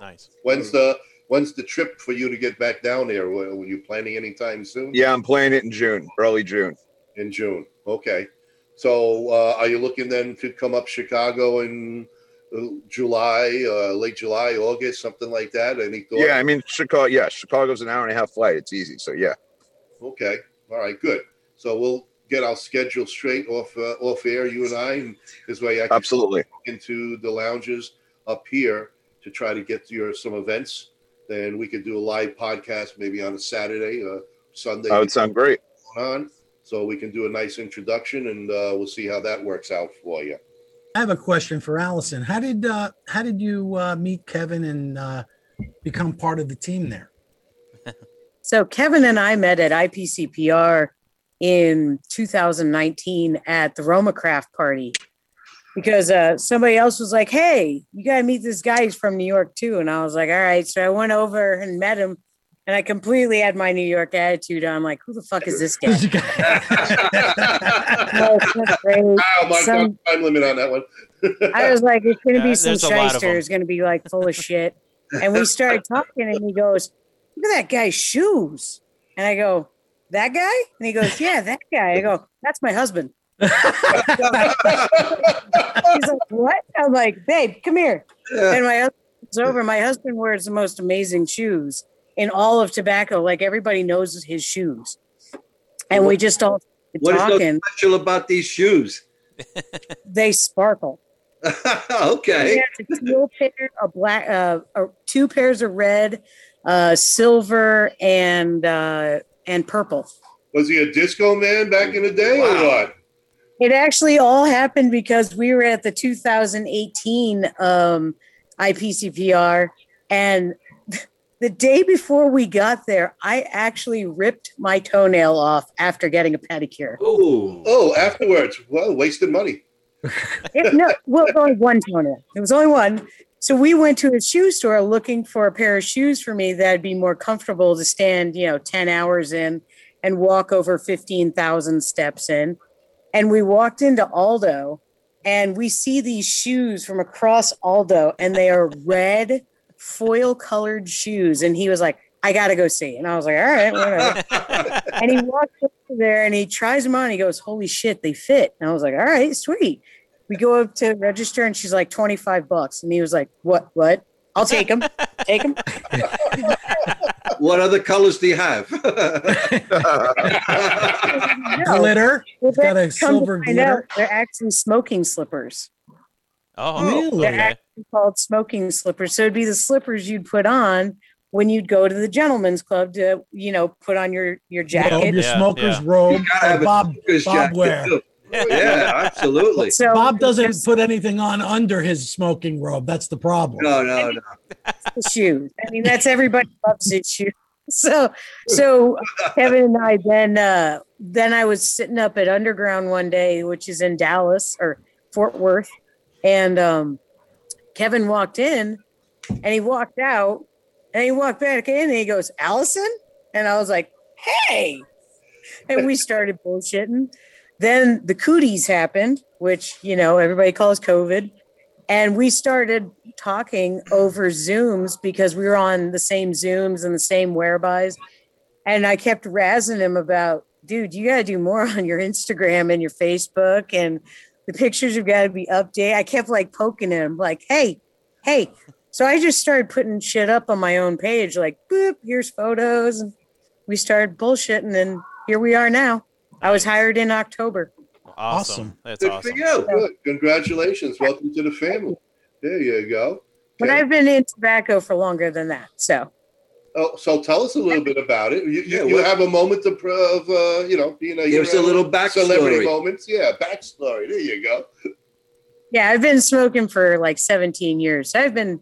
F: Nice.
E: Mm.
C: When's the when's the trip for you to get back down there? Were were you planning anytime soon?
E: Yeah, I'm playing it in June, early June.
C: In June. Okay. So uh, are you looking then to come up Chicago in uh, July, uh, late July, August, something like that? Any thought?
E: Yeah. I mean, Chicago. Yeah. Chicago's an hour and a half flight. It's easy. So yeah.
C: Okay. All right. Good. So we'll get our schedule straight off uh, off air, you and I, and this way I can
E: Absolutely.
C: into the lounges up here to try to get your some events. Then we could do a live podcast maybe on a Saturday, uh, Sunday.
E: That would sound great.
C: on. So we can do a nice introduction and uh, we'll see how that works out for you.
G: I have a question for Allison. How did uh, how did you uh, meet Kevin and uh, become part of the team there?
H: So Kevin and I met at IPCPR in 2019 at the Roma Craft Party because uh, somebody else was like, "Hey, you gotta meet this guy. He's from New York too." And I was like, "All right." So I went over and met him, and I completely had my New York attitude. on. I'm like, "Who the fuck is this guy?" [LAUGHS] I was so afraid.
C: Oh, my
H: Some-
C: God, time limit on that one.
H: I was like, "It's
F: [LAUGHS]
H: gonna
F: Yeah,
H: be some
F: there's a lot of
H: shyster
F: them.
H: who's gonna be like full of shit." And we started talking, and he goes, "Look at that guy's shoes." And I go, "That guy?" And he goes, "Yeah, that guy." I go, "That's my husband." [LAUGHS] He's like, "What?" I'm like, "Babe, come here."
D: Yeah.
H: And my husband comes over. My husband wears the most amazing shoes in all of tobacco. Like everybody knows his shoes, and we just all started
D: What is so
H: talking.
D: special about these shoes? [LAUGHS]
H: They sparkle.
D: okay.
H: Yeah, it's a teal pair, a black, uh, a- two pairs of red, uh, silver, and uh, and purple.
C: Was he a disco man back in the day or
D: Wow.
C: what?
H: It actually all happened because we were at the 2018 um, IPCPR, and [LAUGHS] the day before we got there, I actually ripped my toenail off after getting a pedicure.
D: Oh,
C: Oh, afterwards. Well, wasted money.
H: It- no, well, it was only one toenail. It was only one. So we went to a shoe store looking for a pair of shoes for me that'd be more comfortable to stand, you know, 10 hours in and walk over 15,000 steps in. And we walked into Aldo and we see these shoes from across Aldo and they are red foil colored shoes. And he was like, I got to go see. And I was like, all right, whatever and he walks over there and he tries them on. And he goes, "Holy shit, they fit!" And I was like, "All right, sweet." We go up to register, and she's like, 25 bucks." And he was like, "What? What? I'll take them.
G: [LAUGHS]
H: Take them."
D: what other colors do you have?
G: Glitter. It's got a silver glitter.
H: they're actually smoking slippers.
F: [LAUGHS] Oh,
G: Really?
F: okay.
H: They're called smoking slippers. So it'd be the slippers you'd put on when you'd go to the gentleman's club to, you know, put on your your
G: Robe,
H: jacket.
G: your
F: Yeah,
G: smoker's
F: yeah.
G: robe.
D: gotta have a
G: Bob,
D: Because
G: Bob
D: Jack-
G: wear.
D: Yeah, absolutely.
H: So
G: Bob doesn't
H: it's
G: put anything on under his smoking robe. That's the problem.
D: No, no, no.
H: the shoes. I mean, that's everybody loves his shoes. [LAUGHS] So, so Kevin and I then uh, then I was sitting up at Underground one day, which is in Dallas or Fort Worth, and um, Kevin walked in, and he walked out, and he walked back in, and he goes, "Allison," and I was like, "Hey," and we started bullshitting. Then the cooties happened, which you know everybody calls COVID, and we started talking over Zooms because we were on the same Zooms and the same wherebys. And I kept razzing him about, dude, you got to do more [LAUGHS] on your Instagram and your Facebook, and the pictures have got to be updated. I kept like poking him, like, hey, hey. So I just started putting shit up on my own page, like, boop, here's photos. And we started bullshitting, and here we are now. I was hired in October.
G: Awesome.
F: That's
D: Good
F: awesome.
D: for you.
C: Good. Congratulations. Welcome to the family. There you go.
H: But
C: Okay.
H: I've been in tobacco for longer than that. So
C: Oh, so tell us a little bit about it. You, you,
D: Yeah,
C: you
D: what-
C: have a moment of, of uh, you know, being a
D: Give us a little
C: celebrity
D: backstory.
C: moments. Yeah, backstory. There you go.
H: Yeah, I've been smoking for like 17 years. I've been,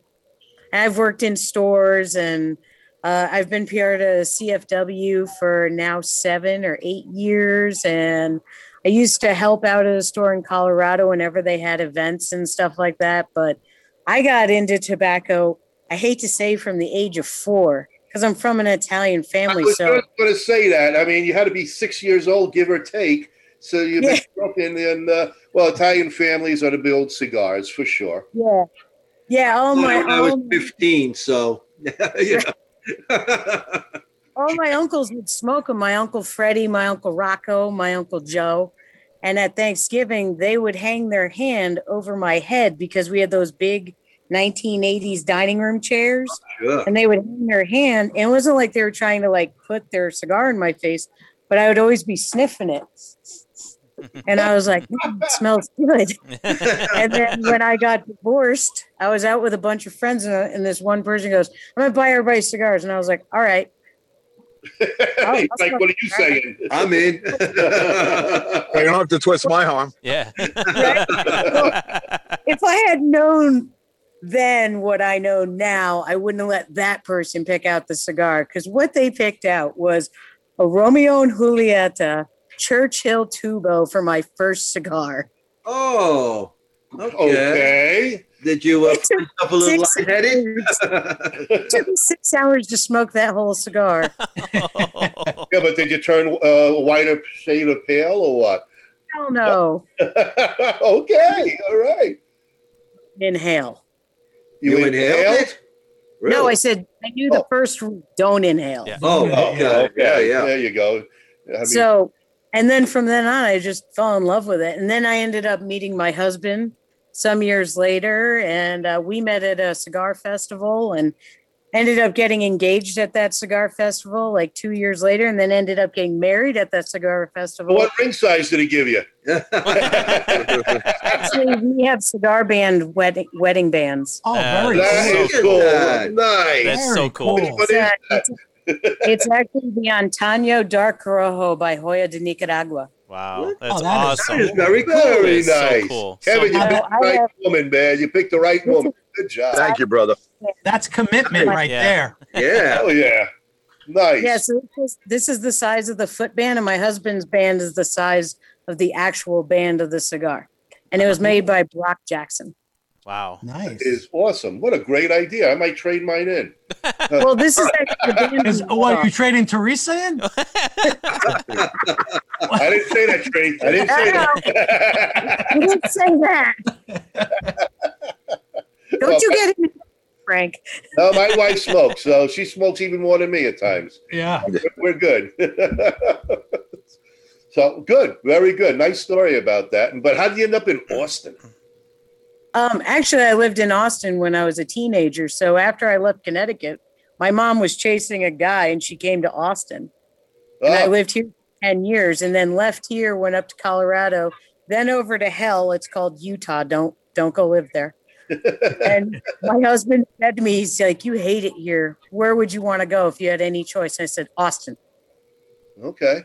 H: I've worked in stores and uh, I've been PR to CFW for now seven or eight years. And I used to help out at a store in Colorado whenever they had events and stuff like that. But I got into tobacco, I hate to say from the age of four, because I'm from an Italian family.
C: I was
H: So,
C: just going to say that. I mean, you had to be six years old, give or take. So you've been
H: Yeah.
C: smoking, and uh, well, Italian families are the big old cigars for sure.
H: yeah. Yeah, all Oh, my,
D: I was
H: all my
D: 15, so. [LAUGHS] you know.
H: all my uncles would smoke them. My uncle Freddie, my uncle Rocco, my uncle Joe. And at Thanksgiving, they would hang their hand over my head because we had those big 1980s dining room chairs
D: Sure.
H: and they would hang their hand. And it wasn't like they were trying to like put their cigar in my face, but I would always be sniffing it. And I was like, "Mm, it smells good and then when I got divorced, I was out with a bunch of friends, and, uh, and this one person goes, "I'm gonna buy everybody cigars," and I was like, "All right." Oh,
C: [LAUGHS] It's like, what are you saying?
D: I'm in. [LAUGHS]
E: I don't have to twist my arm.
F: yeah.
H: If I had known then what I know now, I wouldn't have let that person pick out the cigar because what they picked out was a Romeo and Julieta Churchill Tubo for my first cigar. [LAUGHS]
D: oh, okay.
C: okay.
D: Did you uh,
H: It took
D: finish up a little
H: six
D: lightheaded?
H: hours- it took me six hours to smoke that whole cigar.
C: Yeah, but did you turn uh, whiter shade of pale or what? [LAUGHS]
H: Hell no.
C: okay, all right.
H: Inhale.
D: [LAUGHS] you inhaled it?
H: No,
D: Really?
H: I said I knew the
C: Oh.
H: first rule, don't inhale.
F: Yeah.
D: Oh,
C: Oh,
D: okay. Yeah,
C: okay.
D: yeah.
C: There you go. I mean,
H: so, and then from then on, I just fell in love with it. And then I ended up meeting my husband some years later, and uh, we met at a cigar festival and ended up getting engaged at that cigar festival like two years later, and then ended up getting married at that cigar festival. [LAUGHS]
C: what ring size did he give you?
H: Actually, we have cigar band wedding, wedding bands.
G: Oh,
F: Uh,
G: very
F: that's
G: cool.
C: That
F: so
C: is cool.
D: cool.
C: Nice.
F: That's so
G: Very
F: cool.
C: What
H: It's,
C: is
H: uh, it's,
C: [LAUGHS]
H: it's actually the Antonio Dark Rojo by Hoya de Nicaragua.
F: Wow. That's
G: Oh, that is-
F: awesome.
D: That is very cool.
C: Very
F: That's so
C: nice.
F: cool.
C: Kevin,
F: So
C: you picked the
H: cool.
C: right woman, man. You picked the right woman. Good job.
E: Thank you, brother.
G: That's commitment right
F: Yeah.
G: there.
D: [LAUGHS] Yeah.
C: Hell yeah. Nice.
H: Yeah, so this is, this is the size of the foot band, and my husband's band is the size of the actual band of the cigar. And it was made by Brock Jackson.
F: Wow.
G: Nice.
C: Is awesome. What a great idea. I might trade mine in.
H: Well, this is actually the band.
G: Is, oh, what are you trading Teresa
F: [LAUGHS]
G: in?
C: I didn't say that, Trey. I didn't say
H: [LAUGHS]
C: that.
H: You didn't say that. Don't you get it, Frank?
C: [LAUGHS] no, my wife smokes, so she smokes even more than me at times.
G: Yeah.
C: We're good. [LAUGHS] so good. Very good. Nice story about that. But how did you end up in Austin?
H: Um, actually, I lived in Austin when I was a teenager. So after I left Connecticut, my mom was chasing a guy, and she came to Austin. and I
C: Oh,
H: lived here for 10 years and then left here, went up to Colorado, then over to hell. It's called Utah. Don't don't go live
C: [LAUGHS]
H: there. and my husband said to me, he's like, You hate it here. Where would you want to go if you had any choice? And I said, Austin.
C: okay.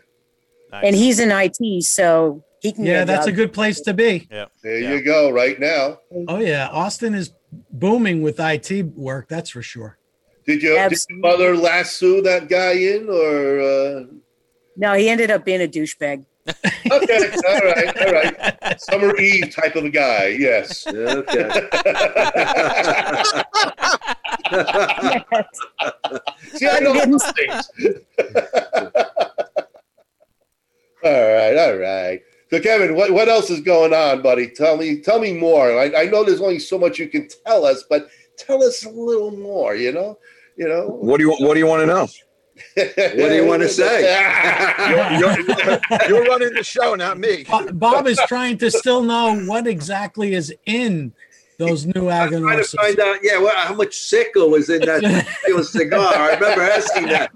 F: Nice.
H: And he's in IT, so He can
G: Yeah,
H: get
G: that's a
H: job.
G: good place to be.
C: There
F: Yeah.
C: you go, right now.
G: Oh yeah, Austin is booming with IT work. That's for sure.
C: Did, you, did your
H: Absolutely.
C: mother lasso that guy in, or uh...
H: No, he ended up being a douchebag.
C: okay, all right, all right, Summer Eve type of guy, yes.
D: Okay.
C: [LAUGHS] See, I know those things. [LAUGHS] all right, all right. So, Kevin, what, what else is going on, buddy? Tell me, tell me more. I, I know there's only so much you can tell us, but tell us a little more. You know, you know.
E: What do you What do you want to know?
C: What
D: do you wanna say?
E: You're, [LAUGHS] you're running the show, not me.
G: Bo- Bob is trying to still know what exactly is in those new
D: I'm trying to
G: Agonorses.
D: find out, yeah, well, how much sicko was in that particular cigar? I remember asking that.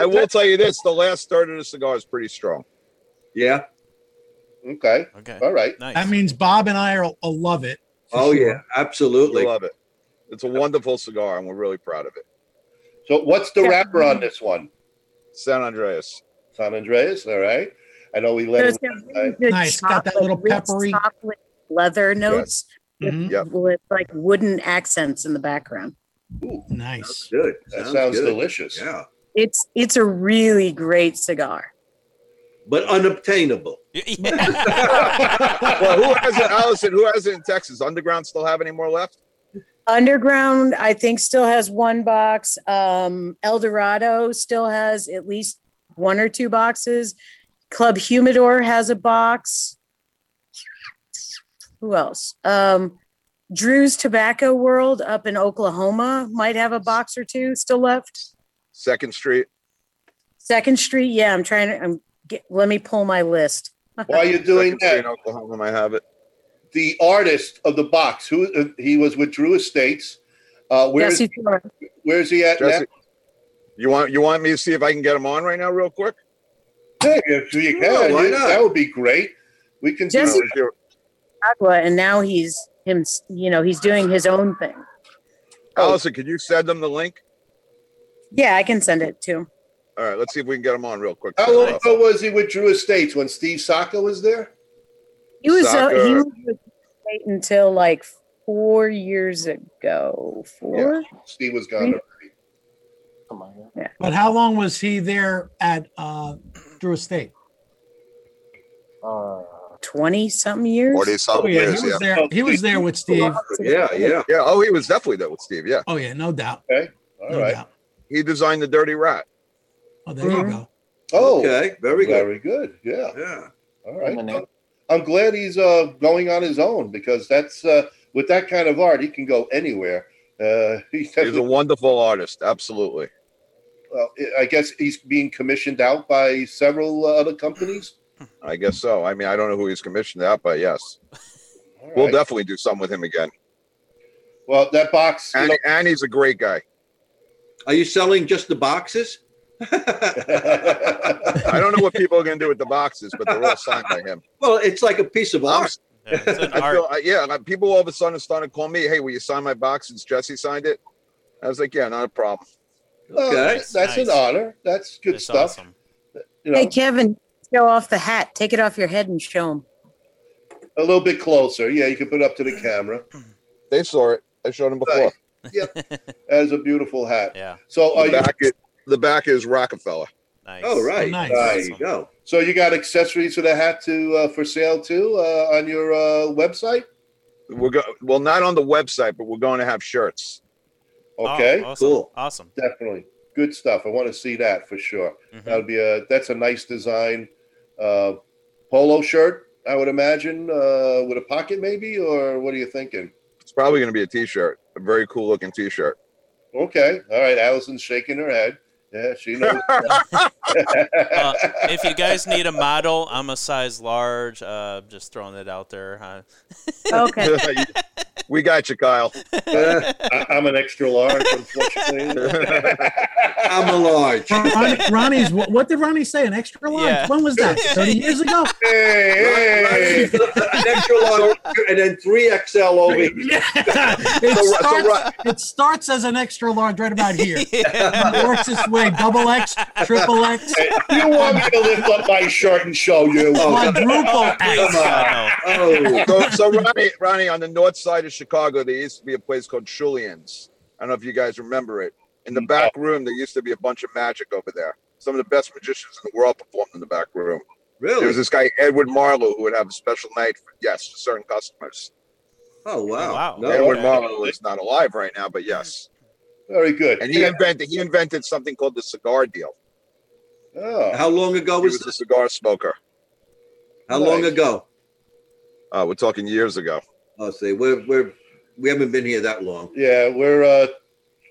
E: I will tell you this: the last third of the cigar is pretty strong.
D: yeah.
C: [LAUGHS] okay, [LAUGHS]
F: Okay.
C: all right.
F: Nice.
G: That means Bob and I will, will love it. for
D: Oh
G: sure.
D: yeah, absolutely.
E: We love it. It's a wonderful cigar, and we're really proud of it.
C: So, what's the wrapper on this one,
E: San Andreas.
C: San Andreas? All right. I know we
H: So
C: let.
H: it's
C: him,
H: got really good
G: Nice, got that
H: chocolate,
G: little
H: rich
G: peppery-
H: chocolate leather notes
G: Mhm.
E: Yep.
H: with like wooden accents in the background.
G: Nice.
D: Good.
C: that sounds
D: good.
C: delicious.
D: Yeah.
H: It's it's a really great cigar.
D: But unobtainable.
F: Yeah.
E: Well, who has it, Allison? Who has it in Texas? Underground still have any more left?
H: Underground, I think, still has one box. Um, El Dorado still has at least one or two boxes. Club Humidor has a box. Who else? Um, Drew's Tobacco World up in Oklahoma might have a box or two still left.
E: Second Street.
H: Second Street, yeah, I'm trying to. I'm get, let me pull my list.
C: While you're doing
E: Second
C: that,
E: Street, in Oklahoma might have it.
C: the artist of the box, who uh, he was with Drew Estates. Uh, where
H: Yes,
C: is-
H: you are.
C: where's he at now?
E: Jesse, you want you want me to see if I can get him on right now, real quick?
C: Hey, if you
D: Yeah,
C: can,
D: why
C: you-
D: not?
C: that would be great. We can do
H: Jesse-
C: it.
H: Agua, and now he's him. You know, he's doing his own thing.
E: Allison, can you send them the link?
H: Yeah, I can send it too.
E: All right, let's see if we can get him on real quick. Uh,
C: How long ago was he with Drew Estates when Steve Saka was there?
H: He was uh,
E: Soccer.
H: he was with State until like four years ago. Four?
C: Steve was gone. already.
G: But how long was he there at uh, Drew Estate?
H: Twenty something years.
E: Forty
G: Oh
E: something
G: yeah, he
E: years,
G: was
E: yeah.
G: there. He was there with Steve.
D: Yeah, yeah.
E: Yeah. Oh, he was definitely there with Steve. Yeah,
G: Oh yeah, no doubt.
C: All
G: No
C: right.
G: doubt.
E: he designed the Dirty Rat.
G: Oh, there you
H: Mhm.
G: go.
C: Oh,
D: Okay. Very
C: very
D: good.
C: good. Yeah.
D: Yeah.
C: All right. Well, I'm glad he's uh, going on his own because that's uh, with that kind of art, he can go anywhere. Uh, [LAUGHS] he's
E: He's a
C: definitely-
E: wonderful artist. Absolutely.
C: well, I guess he's being commissioned out by several uh, other companies.
E: I guess so. I mean, I don't know who he's commissioned out, but yes,
C: All
E: we'll
C: right.
E: definitely do something with him again.
C: well, that box. you
E: And,
C: know-
E: and he's a great guy.
D: Are you selling just the boxes? [LAUGHS]
C: [LAUGHS]
E: I don't know what people are going to do with the boxes, but they're all signed by him.
D: well, it's like a piece of
E: I'm-
D: art.
F: Yeah, it's an
E: I
F: art.
E: feel, I, yeah, like, people all of a sudden are starting to call me, "Hey, will you sign my box?" Since Jesse signed it, I was like, "Yeah, not a problem."
C: well,
D: Okay.
C: Oh, that's an
F: Nice.
C: honor. That's good
F: That's
C: stuff.
F: awesome.
C: You know,
H: Hey Kevin, show off the hat. Take it off your head and show him.
C: a little bit closer. Yeah, you can put it up to the camera.
E: They saw it. I showed them before.
C: Right. That is a beautiful hat.
F: Yeah.
C: So uh, are
E: the,
C: you,
E: back is, the back is Rockefeller.
F: Nice.
D: Oh, right.
G: Nice.
D: There
F: Awesome.
D: you go.
C: so you got accessories for the hat to uh, for sale too uh, on your uh, website?
E: We're go- well, not on the website, but we're going to have shirts.
F: Oh,
C: Okay,
F: awesome.
D: cool.
F: Awesome.
C: definitely good stuff. I want to see that for sure.
F: Mhm.
C: That'd be a that's a nice design uh, polo shirt, I would imagine, uh, with a pocket maybe, or what are you thinking?
E: It's probably going to be a T-shirt, a very cool looking T-shirt.
C: Okay, all right. Allison's shaking her head. Yeah, she knows.
F: Uh, if you guys need a model, I'm a size large. Uh, just throwing it out there. Huh?
E: [LAUGHS]
H: Okay.
C: [LAUGHS]
E: we got you, Kyle.
C: I, I'm an extra large, unfortunately.
D: I'm a large.
G: Ronnie, Ronnie's. What, what did Ronnie say? An extra large.
I: Yeah.
G: When was that? Thirty years ago.
C: [LAUGHS] Hey, hey.
D: An extra large, and then three XL
C: [LAUGHS]
D: over here.
G: [LAUGHS] Yeah.
D: So,
G: It
D: so
G: starts.
D: Ron-
G: It starts as an extra large right about here. It works its way. Double X, triple X,
C: You want me to lift up my shirt and show you?
G: Oh, quadruple
I: Please,
G: X.
I: no.
D: Oh,
E: so, so Ronnie, Ronnie, on the north side of Chicago, there used to be a place called Julian's. I don't know if you guys remember it. In the back room, there used to be a bunch of magic over there. Some of the best magicians in the world performed in the back room. There was
D: really?
E: this guy Edward Marlowe who would have a special night for yes to certain customers.
D: Oh, wow.
I: Wow.
D: No,
E: Edward
D: okay.
E: Marlowe is not alive right now, but yes,
C: Very good.
E: and he invented he invented something called the cigar deal.
C: Oh,
D: How long ago
E: He
D: was
E: was a
D: this?
E: cigar smoker.
D: How long ago?
E: Uh, we're talking years ago.
D: Oh, see, we're we're we haven't been here that long.
C: yeah, we're uh,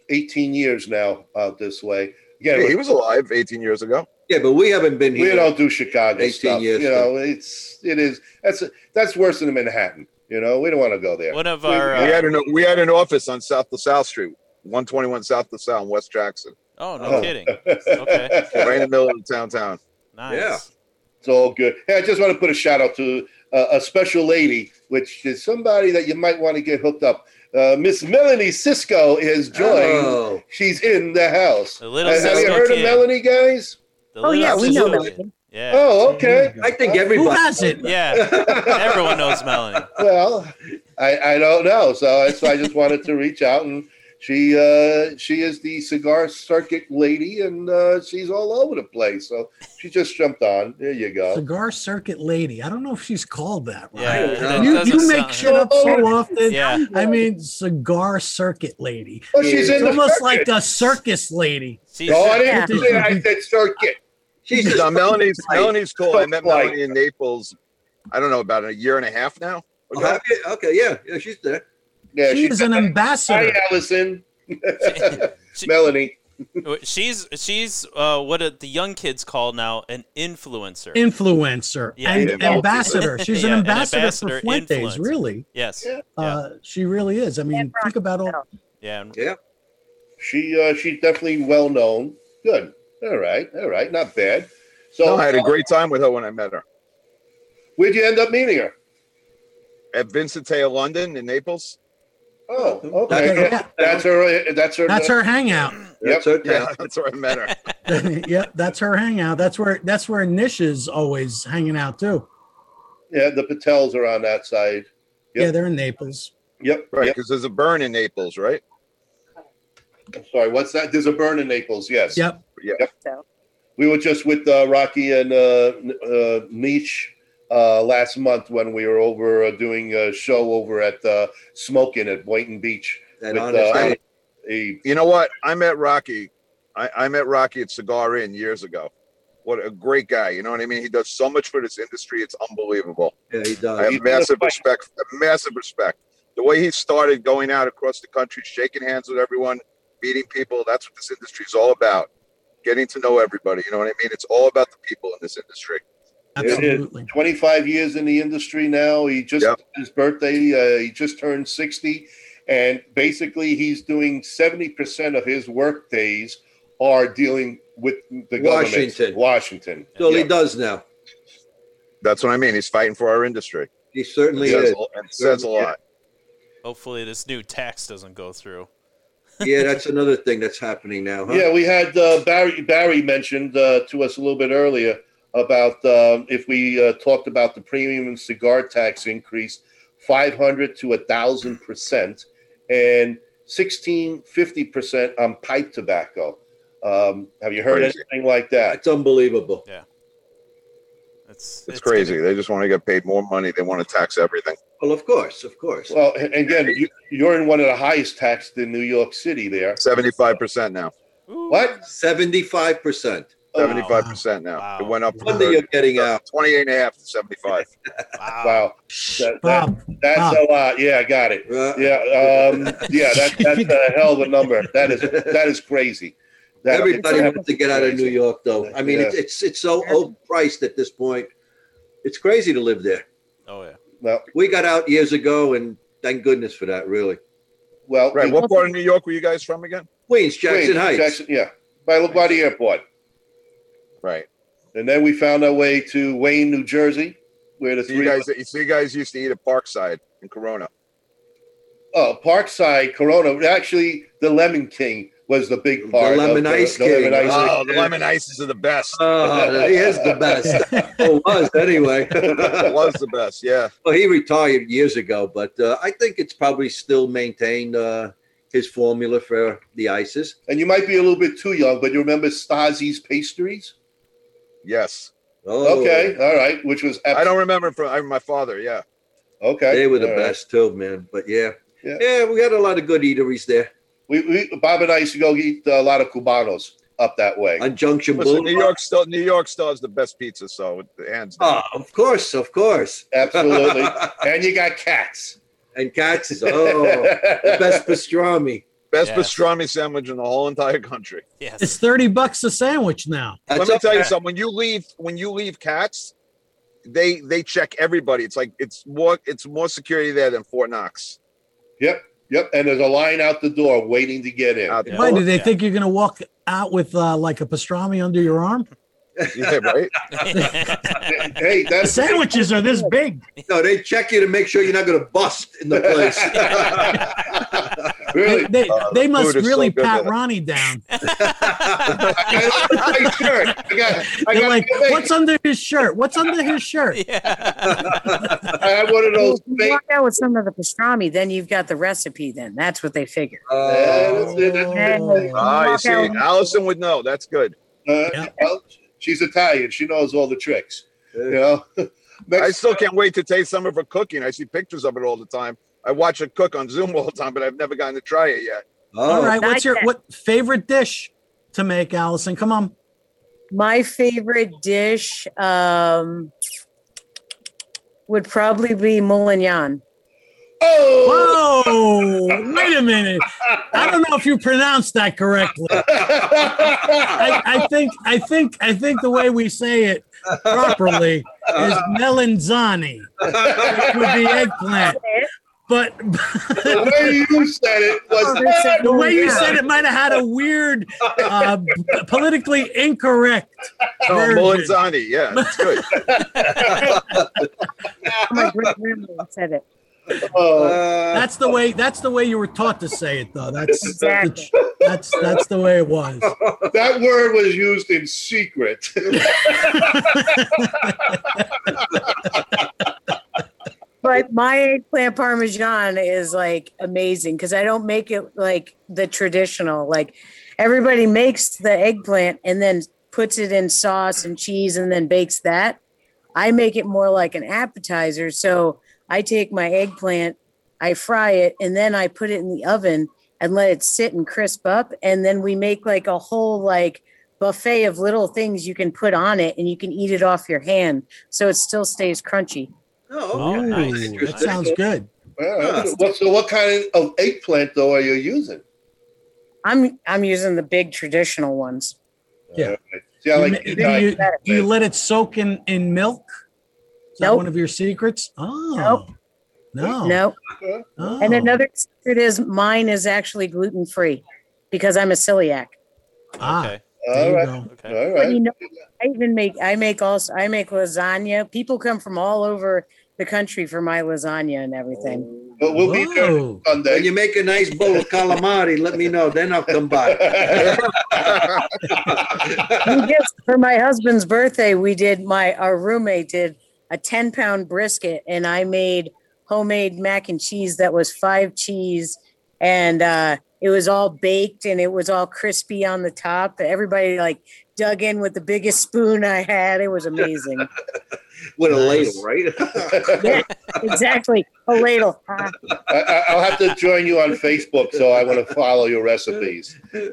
C: 18 years now out this way. Again,
E: Yeah, he was alive 18 years ago.
D: Yeah, but we haven't been
C: we
D: here.
C: don't do Chicago
D: 18
C: stuff.
D: years
C: you know, it's it is that's that's worse than Manhattan. You know, we don't want to go [LAUGHS] there.
I: One of our. Uh,
E: we had an we had an office on South LaSalle Street, 121 South LaSalle in West Jackson,
I: oh,
C: Oh.
I: no kidding. Okay.
C: [LAUGHS]
E: right in the middle of the downtown.
I: Nice.
D: Yeah.
C: It's all good. Hey, I just want to put a shout out to uh, a special lady, which is somebody that you might want to get hooked up. Uh, Miss Melanie Cisco has joined.
D: Oh,
C: She's in the house.
I: The little
C: Have have you
I: Cisco
C: heard of
I: kid.
C: Melanie, guys?
I: The
H: Oh,
I: little
H: yeah, we know
I: Cisco
H: Melanie.
I: kid. Yeah.
C: Oh, okay.
D: I think
G: Who
D: everybody.
G: hasn't?
I: Yeah.
D: [LAUGHS]
I: Everyone knows Melanie.
C: Well, I, I don't know. So, I- so I just wanted to reach out and she uh, she is the cigar circuit lady and uh, she's all over the place. So she just jumped on. There you go.
G: Cigar Circuit Lady. I don't know if she's called that. Ron.
I: Yeah.
D: don't know.
I: that
G: You,
I: doesn't
G: you make
I: sound-
G: shit up so
C: Oh.
G: often.
I: Yeah.
G: I mean, cigar circuit lady.
C: Oh, she's
G: It's
C: in the
G: almost
C: circuit.
G: like the circus lady.
I: See,
C: No, Oh, I
I: she-
C: didn't say that. I said circuit.
D: She's
E: She's
D: just
E: on Melanie's
D: Right.
E: Melanie's cool. I met
C: Right.
E: Melanie in Naples. I don't know about a year and a half now.
D: Oh,
E: ago.
D: have you? Okay, yeah, yeah, she's there.
C: Yeah,
G: she is an
C: Hi,
G: ambassador.
C: uh, Allison.
I: She-
C: [LAUGHS] Melanie.
I: she's she's uh, what uh the young kids call now an influencer.
G: Influencer
I: Yeah.
G: and
E: Yeah.
G: ambassador. She's
I: Yeah,
G: an
I: an
G: ambassador,
I: ambassador
G: for Fuentes,
I: influencer.
G: really.
I: yes.
C: Yeah.
I: Yeah.
G: Uh, she really is. I mean,
H: And Ron
G: think about all.
H: Patel.
I: yeah. and-
C: She uh, she's definitely well known. Good. All right. All right. Not bad. So
E: No, I had a great time with her when I met her
C: where'd you end up meeting her?
E: at Vincent Taylor London in Naples.
C: Oh, okay.
G: Okay, yeah.
C: That's her. uh, That's her.
G: That's her
I: [LAUGHS]
G: hangout. [LAUGHS]
C: Yep.
D: That's her town.
E: Yeah, [LAUGHS] that's where I met her.
G: yeah, that's her hangout. That's where that's where Nish is always hanging out too.
C: Yeah, the Patels are on that side. Yep.
G: Yeah, they're in Naples.
C: Yep.
E: Right,
C: Yep.
E: because there's a burn in Naples, right?
C: I'm sorry. What's that? There's a burn in Naples. Yes.
G: Yep.
C: We were just with uh, Rocky and uh, N- uh, Meech uh, last month when we were over uh, doing a show over at uh, Smoking at Boynton Beach.
D: And
C: With,
D: honestly,
C: uh, A
E: You know what? I met Rocky. I, I met Rocky at Cigar Inn years ago. What a great guy! You know what I mean? He does so much for this industry; it's unbelievable.
D: yeah, he
E: I
D: does.
E: have massive respect, massive respect. The way he started going out across the country, shaking hands with everyone, meeting people, that's what this industry is all about. Getting to know everybody. You know what I mean? It's all about the people in this industry.
C: is.
G: Absolutely.
C: 25 years in the industry now. He just
E: Yep.
C: his birthday. Uh, he just turned 60, and basically he's doing 70 percent of his work days are dealing with the
D: Washington.
C: government, Washington.
D: Well, he does now.
E: That's what I mean. He's fighting for our industry.
D: He
E: It
D: certainly
E: says,
D: is.
E: a- it says a lot.
I: Hopefully, this new tax doesn't go through.
D: Yeah, that's another thing that's happening now. Huh?
C: Yeah, we had uh, Barry. Barry mentioned uh, to us a little bit earlier about um, if we uh, talked about the premium and cigar tax increase, five hundred to a thousand percent, and sixteen fifty percent on pipe tobacco. Um, have you heard
E: Crazy.
C: anything like that?
D: That's unbelievable.
I: It's
E: It's, crazy. They just want to get paid more money. They want to tax everything.
D: Well, of course, of course.
C: Well, a- again, you, you're in one of the highest taxed in New York City. There,
E: 75% now.
I: Ooh.
C: what?
D: Seventy-five percent.
C: Oh,
E: 75% now.
I: Wow.
E: It went up from
D: Wonder you're
E: 30,
D: getting out.
E: 28 and a half to [LAUGHS] 75.
I: Wow.
F: Ah.
C: Wow,
G: Shh,
C: That- that-
G: Bob,
C: that's
G: Wow.
C: a lot. Yeah, I got it.
D: Uh,
C: Yeah, um, yeah, that, that's a hell of a number. That is that is crazy. That,
D: Everybody wants to get out of New York, though. I mean,
C: Yeah.
D: it's it's it's so overpriced at this point. It's crazy to live there.
I: Oh yeah. [LAUGHS]
C: Well,
D: We got out years ago, and thank goodness for that. Really,
C: well,
E: Right. What part of New York were you guys from again?
C: Queens,
D: Queens, Jackson Heights.
C: Jackson- yeah, by LaGuardia Airport.
E: Right.
C: And then we found our way to Wayne, New Jersey, where the
E: So
C: three
E: you
C: of
E: guys, so you guys used to eat at Parkside in Corona.
C: Oh, Parkside Corona. Actually, the Lemon King was the big part. of
D: Lemon Ice
C: the
D: King.
C: Lemon Ice
E: Oh,
C: King.
E: the lemon ices are the best.
D: [LAUGHS]
C: [LAUGHS]
D: Oh, he is the best. or was anyway. [LAUGHS]
E: it was the best. Yeah.
D: well, he retired years ago, but uh, I think it's probably still maintained uh, his formula for the ices.
C: And you might be a little bit too young, but you remember Stasi's pastries?
E: Yes.
D: Oh,
C: Okay, all right, which was
E: I don't remember from I, my father. Yeah.
C: Okay,
D: They were the
C: all right.
D: best too, man. But yeah.
C: Yeah.
D: yeah, we had a lot of good eateries there
C: We, we Bob and I used to go eat a lot of Cubanos up that way.
D: on Junction
E: Listen, New
D: Boulevard.
E: York still New York still has the best pizza, so hands down.
D: Oh, of course, of course.
C: Absolutely. [LAUGHS] and you got cats.
D: [LAUGHS] and Katz's. Oh,
C: [LAUGHS]
D: the best pastrami.
E: best
I: Yeah.
E: pastrami sandwich in the whole entire country.
I: Yes.
G: It's 30 bucks a sandwich now.
E: Let
D: That's
E: me
D: up
E: tell you
D: there.
E: something. When you leave, when you leave Cats, they they check everybody. It's like it's more it's more security there than Fort Knox.
C: Yep, yep. And there's a line out the door waiting to get in.
E: Out there.
G: Why do they
I: Yeah.
G: think you're going to walk out with uh, like a pastrami under your arm?
E: [LAUGHS] Yeah, right.
C: hey,
G: The
C: that's
G: sandwiches are this big.
D: No, they check you to make sure you're not going to bust in
C: [LAUGHS]
D: the place.
G: They,
C: really.
G: they,
E: Uh,
G: they
E: the
G: must
E: food is so
G: really
E: good
G: pat
E: there.
G: Ronnie down.
C: I got a nice shirt. I got, I
G: They're
C: got
G: like,
C: fake-
G: what's under his shirt? What's under his shirt?
I: yeah.
C: I had one of those
G: [LAUGHS]
H: If you
C: fake.
H: walk out with some of the pastrami, then you've got the recipe. Then that's what they figure.
D: Oh,
C: Uh, that's- that's-
G: Oh.
E: Ah, you
H: Walk
E: see,
H: out.
E: Allison would know. That's good.
C: uh,
G: Yeah.
C: well, she's Italian. She knows all the tricks. You know. [LAUGHS]
E: I
C: Next,
E: still can't wait to taste some of her cooking. I see pictures of it all the time. I watch her cook on Zoom [LAUGHS] all the time, but I've never gotten to try it yet.
G: All right,
H: Not
G: what's your
H: yet.
G: what favorite dish to make, Allison? Come on.
H: My favorite dish um, would probably be moulignon.
C: oh,
G: Whoa! Wait a minute. I don't know if you pronounced that correctly. I, I think I think I think the way we say it properly is melanzani, which would be eggplant. But [LAUGHS]
C: the way you said it was
H: Oh, that's it.
G: the way you said it might have had a weird, uh, p- politically incorrect.
E: Oh,
G: version.
E: Molanzani, [LAUGHS] yeah, it's good.
H: [LAUGHS] My great grandmother said it.
C: Oh,
D: Uh,
G: That's the way. That's the way you were taught to say it, though. That's [LAUGHS]
H: Exactly.
G: that's that's the way it was.
C: that word was used in secret. [LAUGHS]
H: But my eggplant parmesan is like amazing because I don't make it like the traditional. Like everybody makes the eggplant and then puts it in sauce and cheese and then bakes that. I make it more like an appetizer. So I take my eggplant, I fry it, and then I put it in the oven and let it sit and crisp up. And then we make like a whole like buffet of little things you can put on it and you can eat it off your hand. So it still stays crunchy.
D: oh,
G: Oh,
D: okay.
G: that sounds good.
C: Yeah, what, so what kind of eggplant though are you using?
H: I'm I'm using the big traditional ones.
G: Yeah.
C: Alright. See, I like uh,
G: You ma- do you,
C: Italian.
G: do you let it soak in in milk? Is that
H: Nope.
G: one of your secrets? Oh
H: Nope.
G: no,
H: No.
G: Oh.
H: And another secret is mine is actually gluten free because I'm a celiac.
G: ah,
I: Okay.
C: All
G: there you
C: right,
G: go.
I: Okay.
C: all
H: But you
C: right.
H: know, I even make I make also I make lasagna. People come from all over the country for my lasagna and everything.
C: But we'll be there
G: Whoa.
C: Sunday.
D: When
C: [LAUGHS]
D: you make a nice bowl of calamari, let me know. Then I'll come by.
H: [LAUGHS] We just- for my husband's birthday, we did my our roommate did a ten pound brisket, and I made homemade mac and cheese that was five cheese, and uh, it was all baked and it was all crispy on the top. Everybody like dug in with the biggest spoon I had. It was amazing.
D: With a
G: Nice.
D: ladle, right? [LAUGHS]
H: yeah, exactly. A ladle. Ah,
C: I, I- I'll have to join you on Facebook, so I want to follow your recipes.
H: Yeah.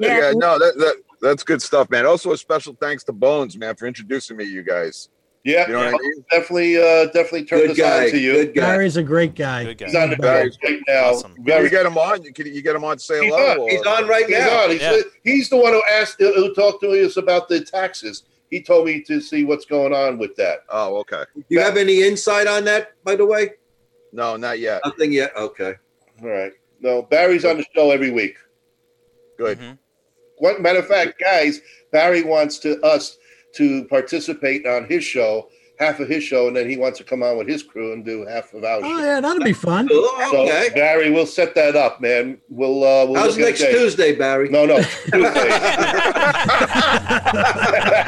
E: yeah, no, that, that that's good stuff, man. Also, a special thanks to Bones, man, for introducing me, to you guys.
C: Yeah,
E: You know what I mean?
C: definitely, uh, definitely turn
D: Good
C: this
D: guy.
C: on to you.
D: Good guy.
G: Larry's a great guy.
I: Good guy.
C: He's on the
E: Very
C: phone right now.
I: Awesome.
E: Can
C: Very
E: you get him on? You can you get him on? to Say
C: He's
E: hello.
C: on.
E: or-
D: He's on right
C: He's
D: now.
C: on. He's,
I: Yeah.
C: he's the one who asked, who- who talked to us about the taxes. He told me to see what's going on with that.
E: Oh, okay.
D: You have any insight on that, by the way?
E: No, not yet.
D: Nothing yet. Okay.
C: All right. No, Barry's on the show every week.
E: Good.
I: Mhm.
C: What matter of fact, guys, Barry wants to us to participate on his show, half of his show, and then he wants to come on with his crew and do half of our show.
G: Oh yeah, that'll be fun.
D: Oh,
C: So
D: okay.
C: Barry, we'll set that up, man. We'll uh, we'll
D: How's
C: look at
D: next
C: a date.
D: Tuesday, Barry?
C: No, no, Tuesday. [LAUGHS]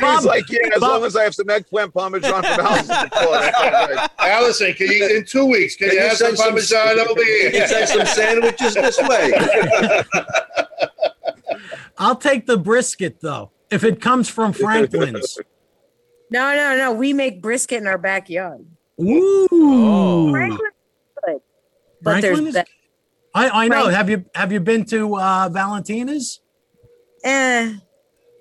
E: He's like, yeah, as long as I have some eggplant parmesan for the house.
C: [LAUGHS]
E: All
C: Allison, can you in two weeks? Can,
D: Can
C: you
D: you
C: have some
D: send some-
C: parmesan over
D: You can
C: here?
D: send some sandwiches this way.
G: I'll take the brisket though, if it comes from Franklin's.
H: No, no, no. We make brisket in our backyard.
G: Ooh.
I: Oh.
H: Franklin is good,
G: Hmm.
H: but there's
G: Franklin is-
H: that.
G: I, I know.
H: Frank-
G: Have you have you been to uh, Valentina's?
H: Eh,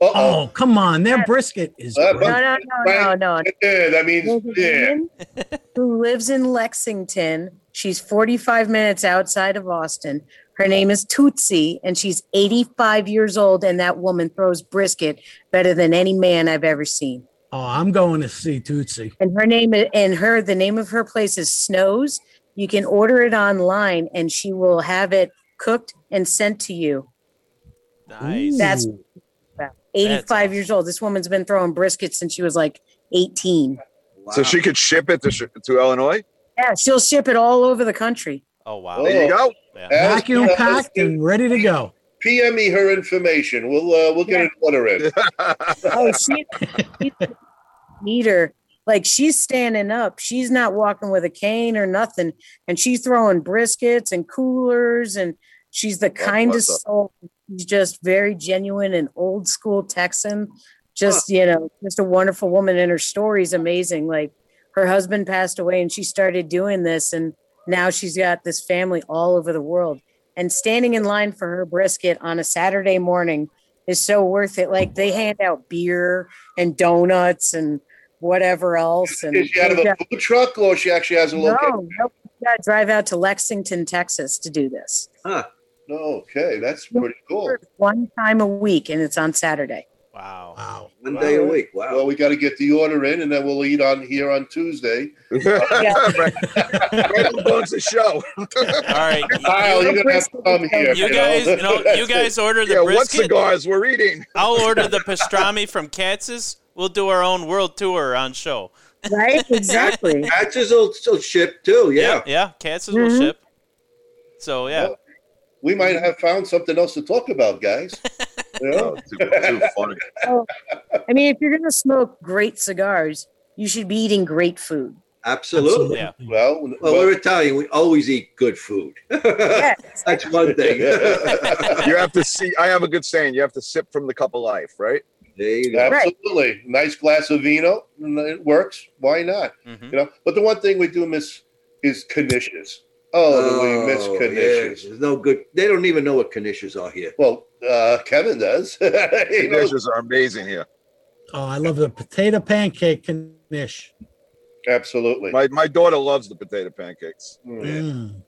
C: Uh
G: Oh,
C: oh.
G: come on! Their brisket is.
C: Uh,
G: great.
H: no, no, no, no, no.
C: Yeah, that means
I: [LAUGHS]
H: There's a
C: yeah.
H: woman who lives in Lexington. She's 45 minutes outside of Austin. Her name is Tootsie, and she's 85 years old. And that woman throws brisket better than any man I've ever seen.
G: Oh, I'm going to see Tootsie.
H: And her name i- and her the name of her place is Snows. You can order it online, and she will have it cooked and sent to you.
I: Nice.
H: That's-
G: Ooh.
H: About 85
I: That's awesome.
H: years old. This woman's been throwing brisket since she was like 18.
E: So she could ship it to, sh- to Illinois.
H: Yeah, she'll ship it all over the country.
I: Oh wow.
E: There you go.
I: Yeah.
C: Allison,
G: vacuum
C: uh,
G: packed and ready to go.
C: PM me her information. We'll uh, we'll get
H: Yeah.
C: an order in.
H: Oh, she she's a meter. Like she's standing up. She's not walking with a cane or nothing. And she's throwing briskets and coolers. And she's the kindest
E: bless
H: soul. She's just very genuine and old school Texan. Just, you know, just a wonderful woman. And her story's amazing. Like her husband passed away and she started doing this. And now she's got this family all over the world. And standing in line for her brisket on a Saturday morning is so worth it. Like they hand out beer and donuts and whatever else. And
C: Is she out of a food truck or she actually has a location?
H: no, no, you gotta drive out to Lexington, Texas to do this.
C: No. Okay, that's pretty cool.
H: One time a week, and it's on Saturday.
I: Wow.
G: Wow.
D: One day a week.
C: Well,
D: Wow.
C: we got to get the order in, and then we'll eat on here on Tuesday.
E: [LAUGHS] right, right on Bones' show.
I: All right.
C: Kyle, you're gonna have to come here.
I: You guys, you know, you guys order the
E: yeah, what
I: brisket.
E: cigars we're eating?
I: I'll order the pastrami from Katz's. We'll do our own world tour on show.
H: Right?
C: [LAUGHS]
H: Exactly.
D: Patches will, will ship too. Yeah.
I: Yeah. Katz's will
G: Mm-hmm.
H: Mhm.
I: ship. So yeah.
C: Well, we might have found something else to talk about,
I: [LAUGHS]
C: guys. You know?
E: Oh, too, too [LAUGHS] funny.
H: I mean, if you're gonna smoke great cigars, you should be eating
C: [LAUGHS]
H: great food.
D: Absolutely.
I: Yeah.
C: Well,
D: Well,
C: well,
D: we're Italian. We always eat good food. [LAUGHS]
H: Yes.
D: That's one thing. [LAUGHS] there
E: You have to see. I have a good saying. You have to sip from the cup of life, right?
D: you
C: [LAUGHS]
D: go.
C: absolutely. Nice glass of vino, and it works. Why not?
I: hmm
C: You know. But the one thing we do miss is conditions. Oh, do we miss
D: Oh,
C: conditions.
D: yeah. There's no good. They don't even know what conditions are here.
C: Well, uh, Kevin does. [LAUGHS] He
E: The
C: knows.
E: dishes are amazing here.
G: Oh, I love the potato pancake knish.
C: Absolutely.
E: My my daughter loves the potato pancakes.
C: Mm.
D: [LAUGHS]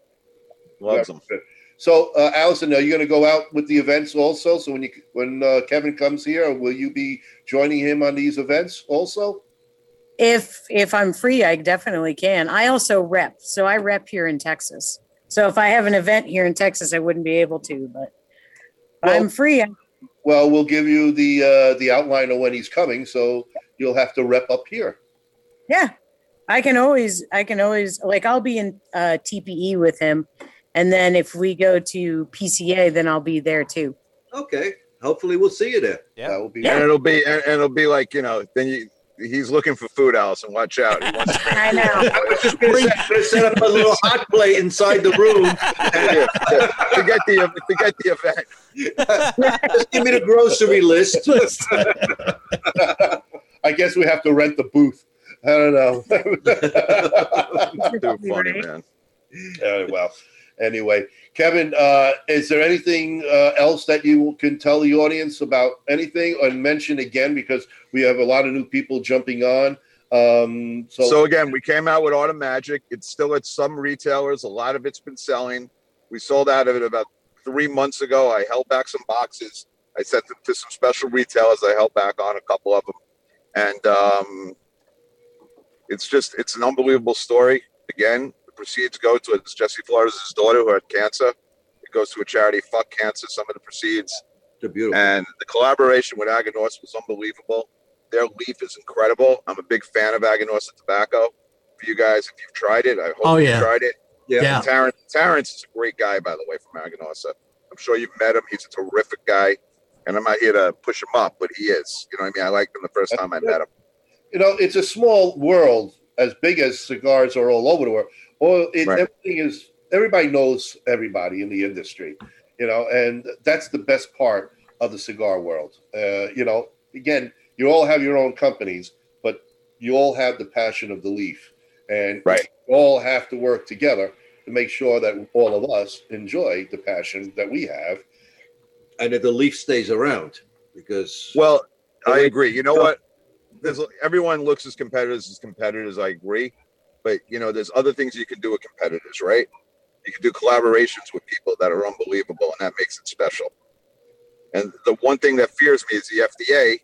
G: Mm.
E: Loves them.
C: So, uh, Allison, are you going to go out with the events also? So when you when uh, Kevin comes here, will you be joining him on these events also?
H: If if I'm free, I definitely can. I also rep, so I rep here in Texas. So if I have an event here in Texas, I wouldn't be able to, but if
C: Well-
H: I'm free. I-
C: Well, we'll give you the uh, the outline of when he's coming, so you'll have to rep up here.
H: Yeah. I can always I can always like I'll be in uh TPE with him. And then if we go to PCA, then I'll be there too.
D: Okay. Hopefully, we'll see you there.
I: Yeah.
C: That will be
E: And it'll be and, and it'll be like you know. Then you, he's looking for food, Allison. Watch out. He wants to
C: [LAUGHS]
H: I know.
D: I was just going to set, set up a little [LAUGHS] hot plate inside the room.
E: to, to get the to get the event.
D: Just give me the grocery list.
C: I guess we have to rent the booth. I don't know.
D: [LAUGHS]
E: Too funny, man.
C: Uh, well, anyway, Kevin, uh, is there anything uh, else that you can tell the audience about anything or mention again? Because we have a lot of new people jumping on. Um, so,
E: So again, we came out with Auto Magic. It's still at some retailers. A lot of it's been selling. We sold out of it about three months ago. I held back some boxes. I sent them to some special retailers. I held back on a couple of them, and um, it's just it's an unbelievable story. Again, the proceeds go to it's Jesse Flores' daughter who had cancer. It goes to a charity, Fuck Cancer. Some of the proceeds,
D: They're beautiful.
E: And the collaboration with Agonorsa was unbelievable. Their leaf is incredible. I'm a big fan of Agonorsa tobacco. For you guys, if you've tried it, I hope
G: Oh, yeah.
E: you've tried it.
D: yeah.
G: yeah.
E: Terrence, Terrence is a great guy, by the way, from Agonorsa. I'm sure you've met him. He's a terrific guy. And I'm not here to push him up, but he is. You know what I mean? I liked him the first time I met him.
C: you know, it's a small world as big as cigars are all over the world. All it,
E: Right.
C: everything is everybody knows everybody in the industry, you know, and that's the best part of the cigar world. Uh, you know, again, you all have your own companies, but you all have the passion of the leaf, and
E: Right.
C: you all have to work together to make sure that all of us enjoy the passion that we have.
D: And if the leaf stays around, because
E: Well, I
D: Wait,
E: agree. You know
D: no.
E: what? There's everyone looks as competitors as competitors. I agree, but you know, there's other things you can do with competitors, right? You can do collaborations with people that are unbelievable, and that makes it special. And the one thing that fears me is the FDA,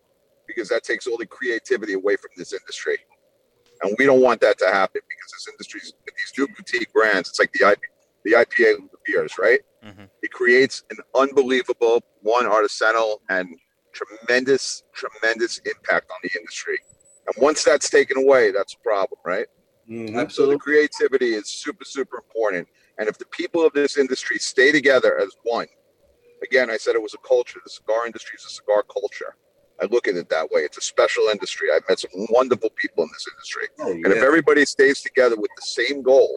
E: because that takes all the creativity away from this industry, and we don't want that to happen because this industry's with these new boutique brands. It's like the IP, the IPA with the beers, right?
I: Mhm.
E: It creates an unbelievable one artisanal and tremendous, tremendous impact on the industry. And once that's taken away, that's a problem, right? So the
D: Mm-hmm. absolutely,
E: creativity is super, super important. And if the people of this industry stay together as one, again, I said it was a culture. The cigar industry is a cigar culture. I look at it that way. It's a special industry. I've met some wonderful people in this industry.
D: oh,
E: And if
D: yeah.
E: everybody stays together with the same goal,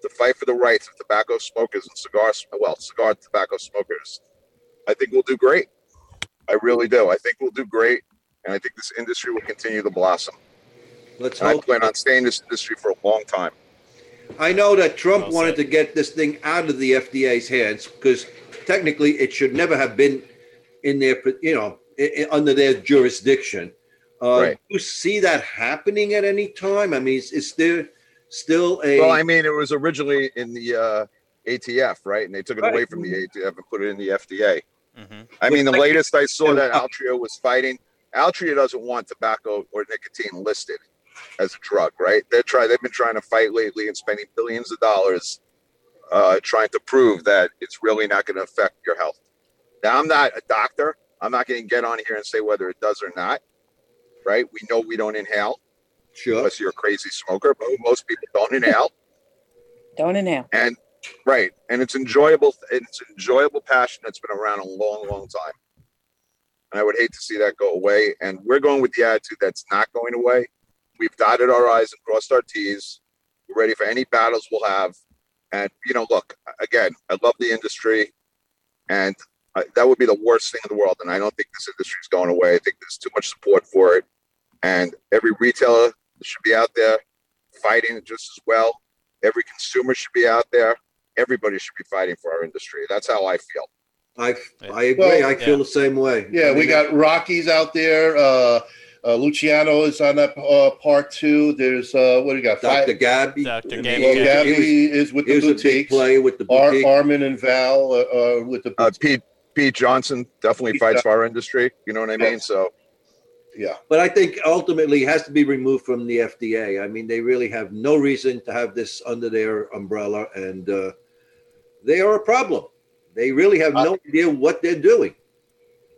E: to fight for the rights of tobacco smokers and cigar, well, cigar and tobacco smokers, I think we'll do great. I really do. I think we'll do great, and I think this industry will continue to blossom.
D: let's
E: And I
D: hope.
E: plan on staying in this industry for a long time.
D: I know that Trump
I: Well
D: wanted
I: said.
D: to get this thing out of the FDA's hands because technically it should never have been in their, you know, i- i- under their jurisdiction. Uh,
E: Right.
D: Do you see that happening at any time? I mean, is, is there still a?
E: Well, I mean, it was originally in the uh, ATF, right? And they took it away from the ATF and put it in the FDA.
I: hmm
E: I mean, the latest I saw that Altria was fighting. Altria doesn't want tobacco or nicotine listed as a drug, right? They're try. They've been trying to fight lately and spending billions of dollars uh, trying to prove that it's really not going to affect your health. Now, I'm not a doctor. I'm not going to get on here and say whether it does or not, right? We know we don't inhale
D: sure.
E: unless you're a crazy smoker, but most people don't inhale
H: Don't inhale.
E: and right and it's enjoyable it's an enjoyable passion that's been around a long long time and i would hate to see that go away and we're going with the attitude that's not going away we've dotted our i's and crossed our t's we're ready for any battles we'll have and you know look again i love the industry and I, that would be the worst thing in the world and i don't think this industry is going away i think there's too much support for it and every retailer should be out there fighting it just as well every consumer should be out there. Everybody should be fighting for our industry. That's how I feel.
D: I I agree.
C: Well,
D: I feel the same way. I
C: Yeah, we
D: mean,
C: got Rockies out there. Uh, uh, Luciano is on that uh, part two. There's uh, what do you got?
D: Dr. Gabby.
I: Dr.
C: Well,
I: Gabby.
D: Gabby.
C: Gabby is with
D: He
C: the
D: was a big
C: boutiques.
D: player with the
C: Ar-
D: boutique.
C: Armin and Val uh, are with the
E: Uh,
C: boutiques.
E: Pete Pete Johnson definitely
C: Pete
E: fights for our industry. You know what I mean? So
C: yeah,
D: But I think ultimately it has to be removed from the FDA. I mean, they really have no reason to have this under their umbrella, and uh, they are a problem. They really have
C: Uh,
D: no idea what they're doing.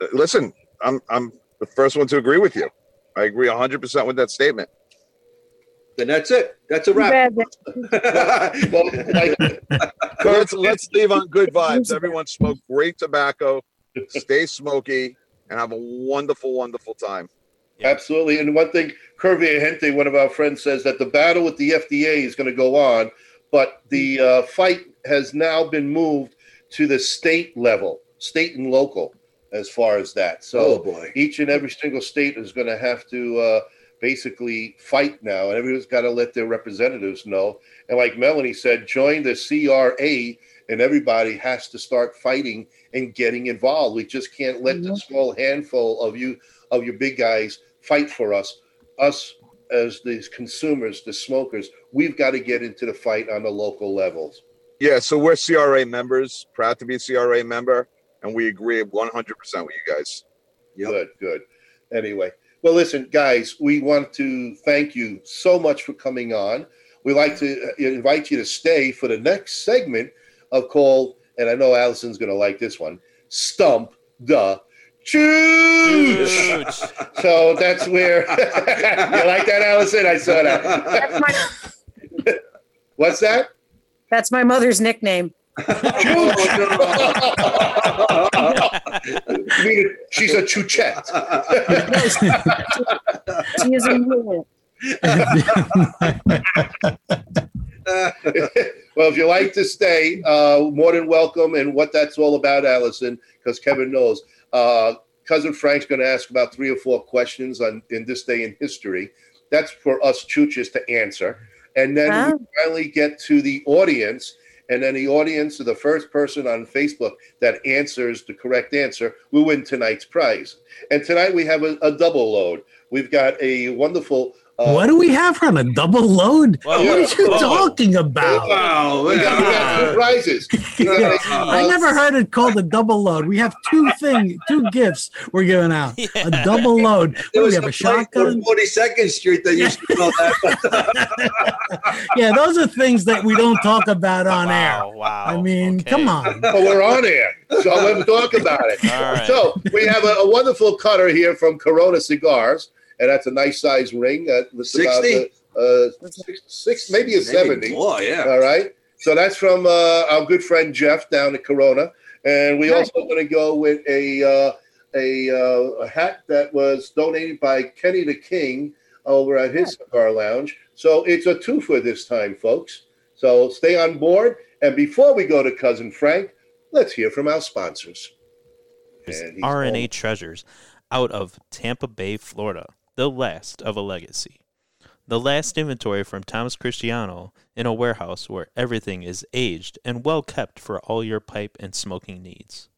E: uh, listen, I'm I'm the first one to agree with you. I agree 100% with that statement.
D: Then that's it. That's a
H: Too
D: wrap.
H: bad that-
D: [LAUGHS]
C: well, like,
E: Let's let's leave on good vibes. Everyone smoke
G: [LAUGHS]
E: great tobacco, stay smoky, and have a wonderful, wonderful time.
C: absolutely. And one thing, Curvy Ahente, one of our friends, says that the battle with the FDA is going to go on, but the
D: Mm-hmm.
C: uh, fight has now been moved to the state level, state and local, as far as that. So.
D: oh boy.
C: uh, each and every single state is going to have to uh, basically fight now, and everyone's got to let their representatives know. And like Melanie said, join the CRA, and everybody has to start fighting and getting involved. We just can't let the small handful of you of your big guys fight for us. Us as these consumers, the smokers, we've got to get into the fight on the local levels.
E: Yeah, so we're CRA members, proud to be CRA member, and we agree 100% with you guys.
D: Yep.
C: Good, good. Anyway, well, listen, guys, we want to thank you so much for coming on. We like to uh, invite you to stay for the next segment of called, and I know Allison's going to like this one, Stump the chooch. So that's where [LAUGHS] you like that, Allison. I saw that.
H: That's my,
C: What's that?
H: that's my mother's nickname.
C: [LAUGHS] You mean She's a chuchette.
H: She is a mule.
C: well, if you like to stay, uh, more than welcome. And what that's all about, Allison, because Kevin knows. Uh, Cousin Frank's going to ask about three or four questions on in this day in history. That's for us chooches to answer. And then
H: Wow.
C: we finally get to the audience. And then the audience, or the first person on Facebook that answers the correct answer, will win tonight's prize. And tonight we have a, a double load. We've got a wonderful. Uh,
G: What do we have her on a double load?
I: Whoa,
G: What are you
I: whoa.
G: talking [LAUGHS] about?
D: Wow.
C: We got, we got two prizes. We got a-
G: I never heard it called a double load. We have two thing, two gifts we're
D: [LAUGHS]
G: giving out. A double load. What
D: There
G: do
D: was
G: we
D: a
G: have a
D: place on
G: shotgun.
D: 42nd Street that used to call that.
G: Yeah, those are things that we don't talk about on air.
I: Wow, wow.
G: I mean,
I: okay.
G: come on.
C: but we're on air, so let's talk about it.
I: All right.
C: So we have a, a wonderful cutter here from Corona Cigars, and that's a nice size ring. Uh, it's about,
D: 60?
C: uh, uh, six, [LAUGHS] six, maybe a seventy. Uh,
D: Oh, yeah.
C: All right. So that's from uh, our good friend Jeff down at Corona, and we
H: Nice.
C: also going to go with a uh, a, uh, a hat that was donated by Kenny the King over at his cigar lounge. So it's a two for this time, folks. So stay on board. And before we go to cousin Frank, let's hear from our sponsors. And he's
F: RNA Treasures out of Tampa Bay, Florida, the last of a legacy. The last inventory from Thomas Cristiano in a warehouse where everything is aged and well kept for all your pipe and smoking needs.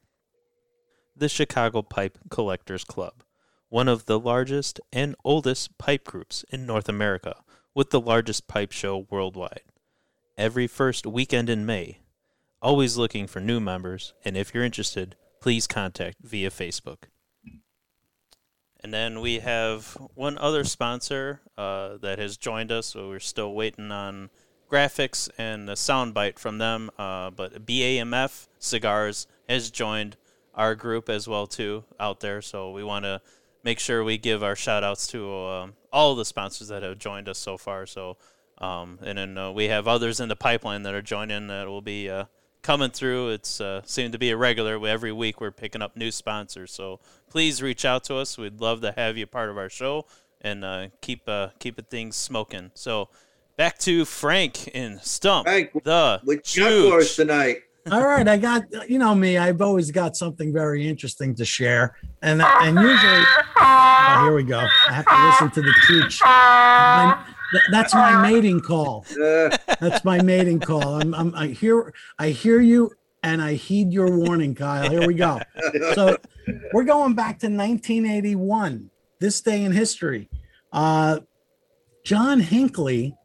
F: The Chicago Pipe Collectors Club, one of the largest and oldest pipe groups in North America, with the largest pipe show worldwide. Every first weekend in May, always looking for new members, and if you're interested, please contact via Facebook.
I: And then we have one other sponsor uh, that has joined us. So we're still waiting on graphics and a soundbite from them. Uh, but BAMF Cigars has joined our group as well too out there. So we want to make sure we give our shout outs to um, all the sponsors that have joined us so far. So um, and then uh, we have others in the pipeline that are joining that will be uh, coming through. It's uh, seemed to be a regular. We- Every week we're picking up new sponsors. So please reach out to us. We'd love to have you part of our show and uh, keep uh, keeping things smoking. So back to Frank in Stump
D: Frank,
I: the
D: With
I: Chooch.
D: Chuck tonight.
G: All right, I got you know me. I've always got something very interesting to share, and and usually oh, here we go. I have to listen to the chooch. My- th- That's my mating call.
D: Uh,
G: That's my mating call. I'm, I'm I hear I hear you and I heed your warning, Kyle. Here we go. So we're going back to 1981. This day in history, uh, John Hinckley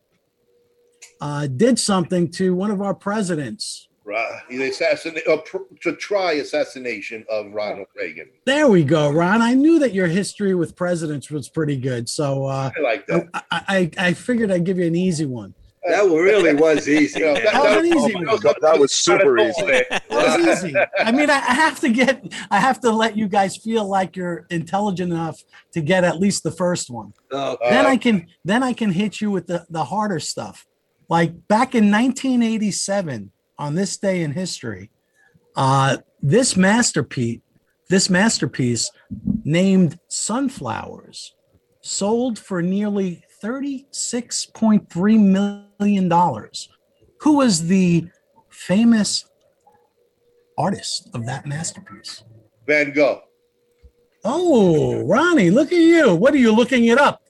G: uh, did something to one of our presidents.
C: Ra- the assassin, uh, pr- to try assassination of Ronald Reagan.
G: There we go, Ron. I knew that your history with presidents was pretty good, so uh,
C: I like that.
G: I, I I figured I'd give you an easy one.
D: that really was
C: [LAUGHS]
D: easy.
C: You know,
D: man.
G: was an easy one.
E: That- that was super easy.
G: That
C: [LAUGHS]
G: was easy. I mean, I, I have to get, I have to let you guys feel like you're intelligent enough to get at least the first one.
D: Oh,
C: Uh,
G: then I can, then I can hit you with the the harder stuff. Like back in 1987, on this day in history, uh, this masterpiece, this masterpiece named Sunflowers, sold for nearly 36.3 million dollars. Who was the famous artist of that masterpiece?
C: Van Gogh.
G: Oh, Ronnie, look at you. What are you looking it up?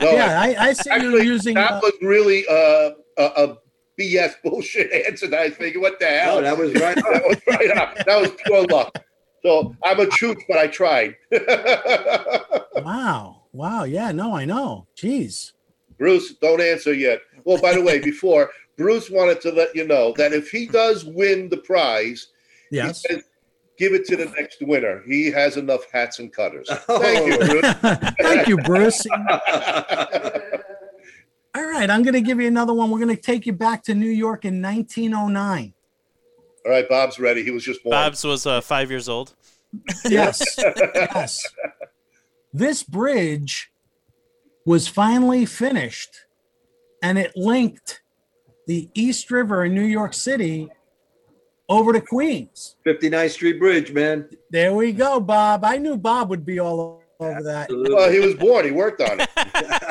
C: No,
G: yeah, I, I see
C: Oh, Actually,
G: you're using.
C: that
G: uh,
C: was really uh, a, a BS [LAUGHS] bullshit answer. That I think, what the hell?
D: no, that was
C: [LAUGHS]
D: right.
C: That was right up. That was pure luck. So I'm a chooch, but I tried. [LAUGHS]
G: wow, wow, yeah, no, I know. Jeez.
C: Bruce, don't answer yet. Well, by the way, before Bruce wanted to let you know that if he does win the prize, he
G: Yes. [LAUGHS]
C: says, give it to the next winner. He has enough hats and cutters. Thank you, Bruce.
G: Thank you, Bruce.
C: [LAUGHS] All
G: All right, I'm going to give you another one. We're going to take you back to New York in 1909.
C: right, Bob's ready. He was just born.
I: Bob's was uh, five years old.
G: Yes. yes. This bridge was finally finished and it linked the East River in New York City over to Queens.
D: 59th Street Bridge, man.
G: There we go, Bob. I knew Bob would be all over that.
C: Well, he was born. He worked on it.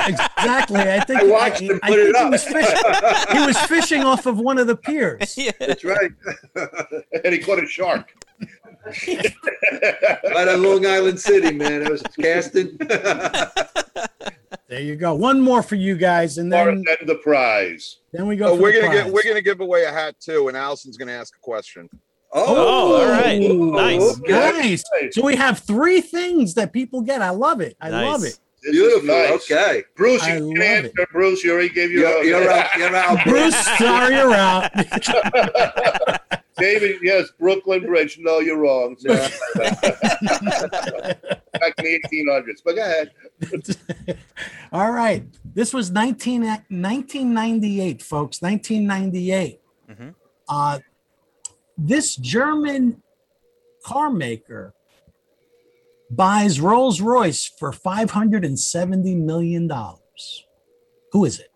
G: Exactly. I think
D: I watched him put it
G: think
D: up.
G: He was, fishing, he was fishing off of one of the piers.
D: That's right.
C: [LAUGHS] and he caught a shark.
D: right on Long Island City, man. I was casting. [LAUGHS]
G: There you go. One more for you guys, and
C: Or
G: then
C: then the prize.
G: then we go.
E: Oh,
G: for
E: we're
G: the
E: gonna get
G: prize.
E: we're gonna give away a hat too, and Allison's gonna ask a question.
I: Oh, all right. Nice.
C: Okay.
G: Nice. So we have three things that people get. I love it. I
I: Nice.
G: love it.
C: This is
D: Beautiful.
C: nice.
D: Okay.
C: Bruce,
G: I
C: you
G: love
C: can answer.
G: it.
C: Bruce, you already gave you.
D: You're, you're out. You're out.
G: Bruce, sorry you're out.
C: [LAUGHS] David, yes, Brooklyn Bridge. No, you're wrong.
D: No.
C: Back in the 1800s. But go ahead.
G: All right. This was 19, 1998, folks. 1998.
I: Mhm.
G: Uh, this German car maker buys Rolls Royce for $570 million. Who is it?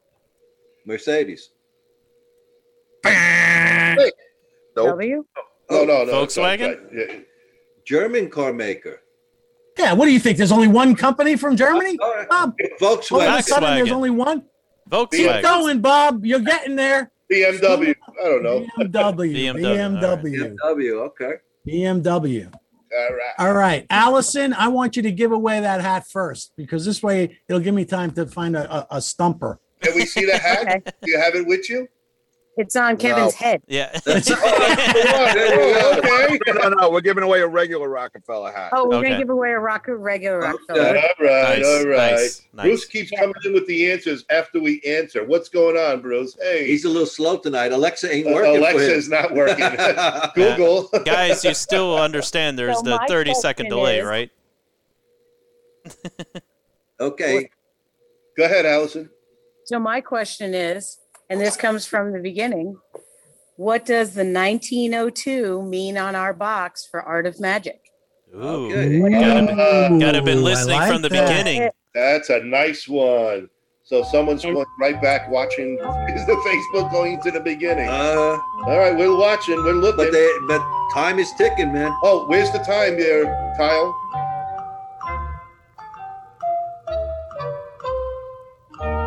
D: Mercedes.
E: Nope.
H: W?
C: No, no, no.
I: Volkswagen?
C: it's okay.
D: German car maker.
G: Yeah, what do you think? There's only one company from Germany?
D: All right.
G: Bob,
C: Oh,
G: all of a
D: Volkswagen.
G: sudden there's
I: Volkswagen.
G: only one? Keep
H: [LAUGHS]
I: Volkswagen.
G: going, Bob. You're getting there.
C: Yeah. BMW. I don't know.
G: BMW.
I: BMW, all right.
G: BMW.
D: BMW. Okay.
G: BMW.
C: All right.
G: All right, Allison, I want you to give away that hat first because this way it'll give me time to find a, a, a stumper.
C: Can we see the hat?
H: Okay.
C: Do you have it with you?
H: It's on Kevin's head. [LAUGHS]
I: Yeah.
C: Oh, okay.
E: No, no, we're giving away a regular Rockefeller hat.
H: Oh, we're
I: Okay.
H: gonna give away a rock regular
C: All
H: Rockefeller.
C: right,
I: [LAUGHS] Nice,
C: all right.
I: nice, nice.
C: Bruce keeps coming in with the answers after we answer. What's going on, Bruce? Hey,
D: He's a little slow tonight. Alexa ain't
C: uh,
D: working.
C: Alexa's not
D: For [LAUGHS]
C: working. [LAUGHS]
D: him.
C: Google. [LAUGHS]
I: Guys, you still understand there's
H: So
I: the
H: my
I: 30 second
H: question
I: delay,
H: is-
I: right?
C: [LAUGHS]
D: okay.
C: Go ahead, Allison.
H: So my question is, and this comes from the beginning, what does the 1902 mean on our box for Art of Magic?
C: Oh,
I: Ooh.
D: Okay.
I: Gotta have been
G: Ooh, I
I: listening
G: like
I: from the
G: that.
I: beginning.
C: That's a nice one. So someone's going right back watching. [LAUGHS] Is the Facebook going to the beginning?
D: Uh,
C: All right, we're watching. We're looking.
D: but they but time is ticking, man.
C: oh, where's the time there,
D: [LAUGHS]
C: Kyle? [LAUGHS]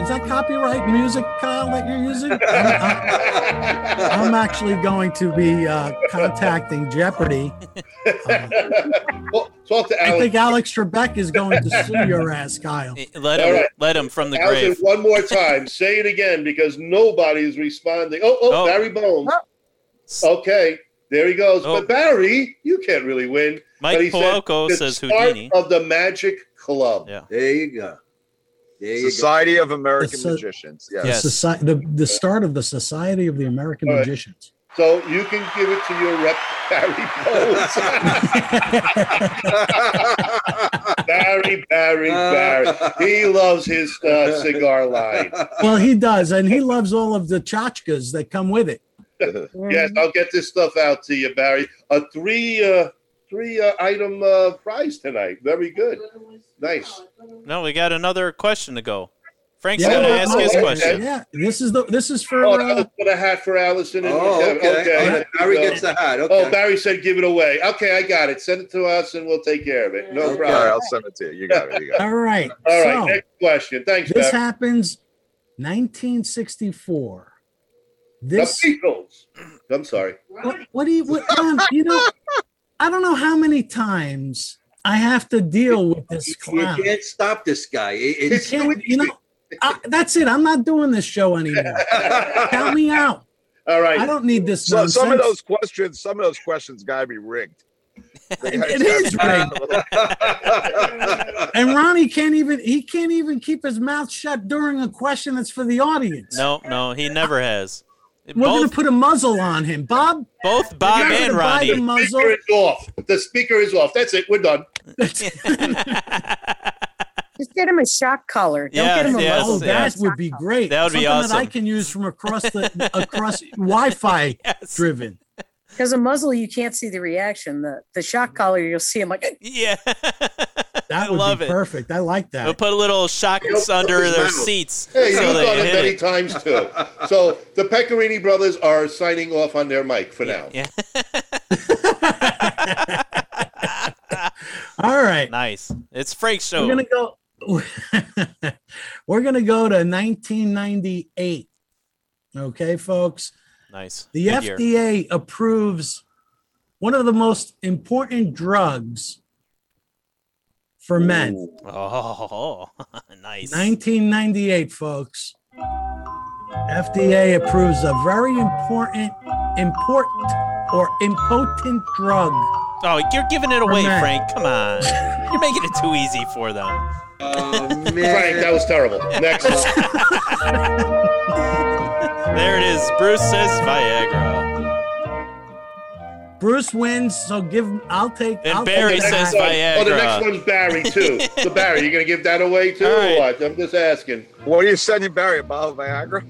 G: Is that copyright music, Kyle, that you're using? [LAUGHS] I'm, I'm- I'm actually going to be uh, contacting Jeopardy. Uh,
C: Well, talk to
G: I
C: Allison.
G: think Alex Trebek is going to sue your ass, Kyle.
I: Eh, Let
C: All
I: him,
C: right.
I: let him from the
C: Allison,
I: grave.
C: one more
I: [LAUGHS]
C: time. Say it again because nobody is responding. Oh, oh,
I: Oh.
C: Barry Bones. Okay, there he goes.
I: Oh.
C: But Barry, you can't really win. but he
I: Mike
C: said
I: Poloko
C: the
I: says
C: start
I: Houdini.
C: of the Magic Club.
I: Yeah.
D: There you go. There you go.
E: Society of American
G: It's a-
E: Magicians. Yes.
I: Yes.
G: The, soci- the, the start of the Society of the American
C: All right.
G: Magicians.
C: So you can give it to your rep, [LAUGHS] Barry Bones.
I: [LAUGHS]
C: Barry,
E: [LAUGHS]
C: Barry,
D: Uh,
C: Barry.
D: [LAUGHS]
C: He loves his uh, cigar line.
G: well, he does, and he loves all of the tchotchkes that come with it.
H: Mm-hmm.
C: Yes, I'll get this stuff out to you, Barry. A three, uh, three uh, item uh, prize tonight. Very good. Nice.
I: No, we got another question to go. Frank's
C: Yeah,
I: going to
C: yeah,
I: ask
C: yeah,
I: his
C: yeah.
I: question.
G: Yeah, this is the this is for
C: Oh,
G: uh,
C: that was for the hat for Allison. And
D: Oh, okay. All right. Barry
C: So-
D: gets the hat. Okay.
C: Oh, Barry said give it away. Okay, I got it. Send it to us and we'll take care of it. No
D: Okay.
E: All right,
C: problem.
E: I'll send it to you. You got it. You got it.
G: All right.
C: All right,
G: so
C: next question. Thanks,
G: this
C: Barry.
G: happens 1964. This
C: The Beatles. I'm
D: [LAUGHS]
C: sorry.
G: what, what do you what, um, you know? I don't know how many times I have to deal with this
D: you
G: clown.
D: can't stop this guy. It-
G: You
D: It's
G: can't- you know, I, that's it. I'm not doing this show anymore. Count me out.
C: All right.
G: I don't need this
E: So
G: nonsense.
E: some of those questions, some of those questions gotta be rigged. They gotta
G: [LAUGHS] It is
E: be-
G: rigged. and Ronnie can't even he can't even keep his mouth shut during a question that's for the audience.
I: No, no, he never has.
G: We're going
I: Both,
G: to put a muzzle on him, Bob.
I: both Bob
G: You're
I: and
G: gonna buy the
I: Ronnie.
C: The
G: muzzle.
C: speaker [LAUGHS] is off. The speaker is off. That's it. We're done.
I: [LAUGHS]
H: Just get him a shock collar. Don't
I: Yes,
H: get him a
I: yes,
G: oh,
H: muzzle.
G: that
I: yes.
G: would be great.
I: That would be
G: Something That I
I: awesome. [LAUGHS]
G: can use from across the across Wi-Fi
I: Yes.
G: driven.
H: Because a muzzle, you can't see the reaction. The the shock collar, you'll see. I'm like,
I: Yeah. [LAUGHS] I
G: That would
I: love
G: be
I: it.
G: perfect. I like
I: They'll
G: that.
I: put little shocks under
C: his
I: their
C: mouth.
I: seats.
C: Hey,
I: so
C: you've
I: they
C: done it
I: hit
C: many
I: it.
C: times too.
D: [LAUGHS]
C: So the Pecorini brothers are signing off on their mic for now.
I: Yeah.
G: All right.
I: nice. It's Frank's show.
G: We're gonna go. [LAUGHS] we're gonna go to 1998. Okay, folks.
I: Nice.
G: The
I: Good year.
G: FDA approves one of the most important drugs for men.
I: Oh, [LAUGHS] nice.
G: 1998, folks. FDA approves a very important, important, or impotent drug.
I: Oh, you're giving it away,
G: Matt.
I: Frank. Come on. You're making it too easy for them.
D: Oh,
C: Frank, that
D: man.
C: was terrible. Next.
D: [LAUGHS]
I: There it is. Bruce says Viagra.
G: Bruce wins, so give. I'll take.
I: And
G: I'll
I: Barry
G: take that.
C: [LAUGHS]
I: says
C: one, oh, the
I: Viagra.
C: next one's Barry
I: [LAUGHS]
C: too. so Barry, you gonna give that away too,
I: All
C: or
I: right.
C: what? I'm
I: [LAUGHS]
C: just asking.
E: What are you sending Barry? A bottle of Viagra?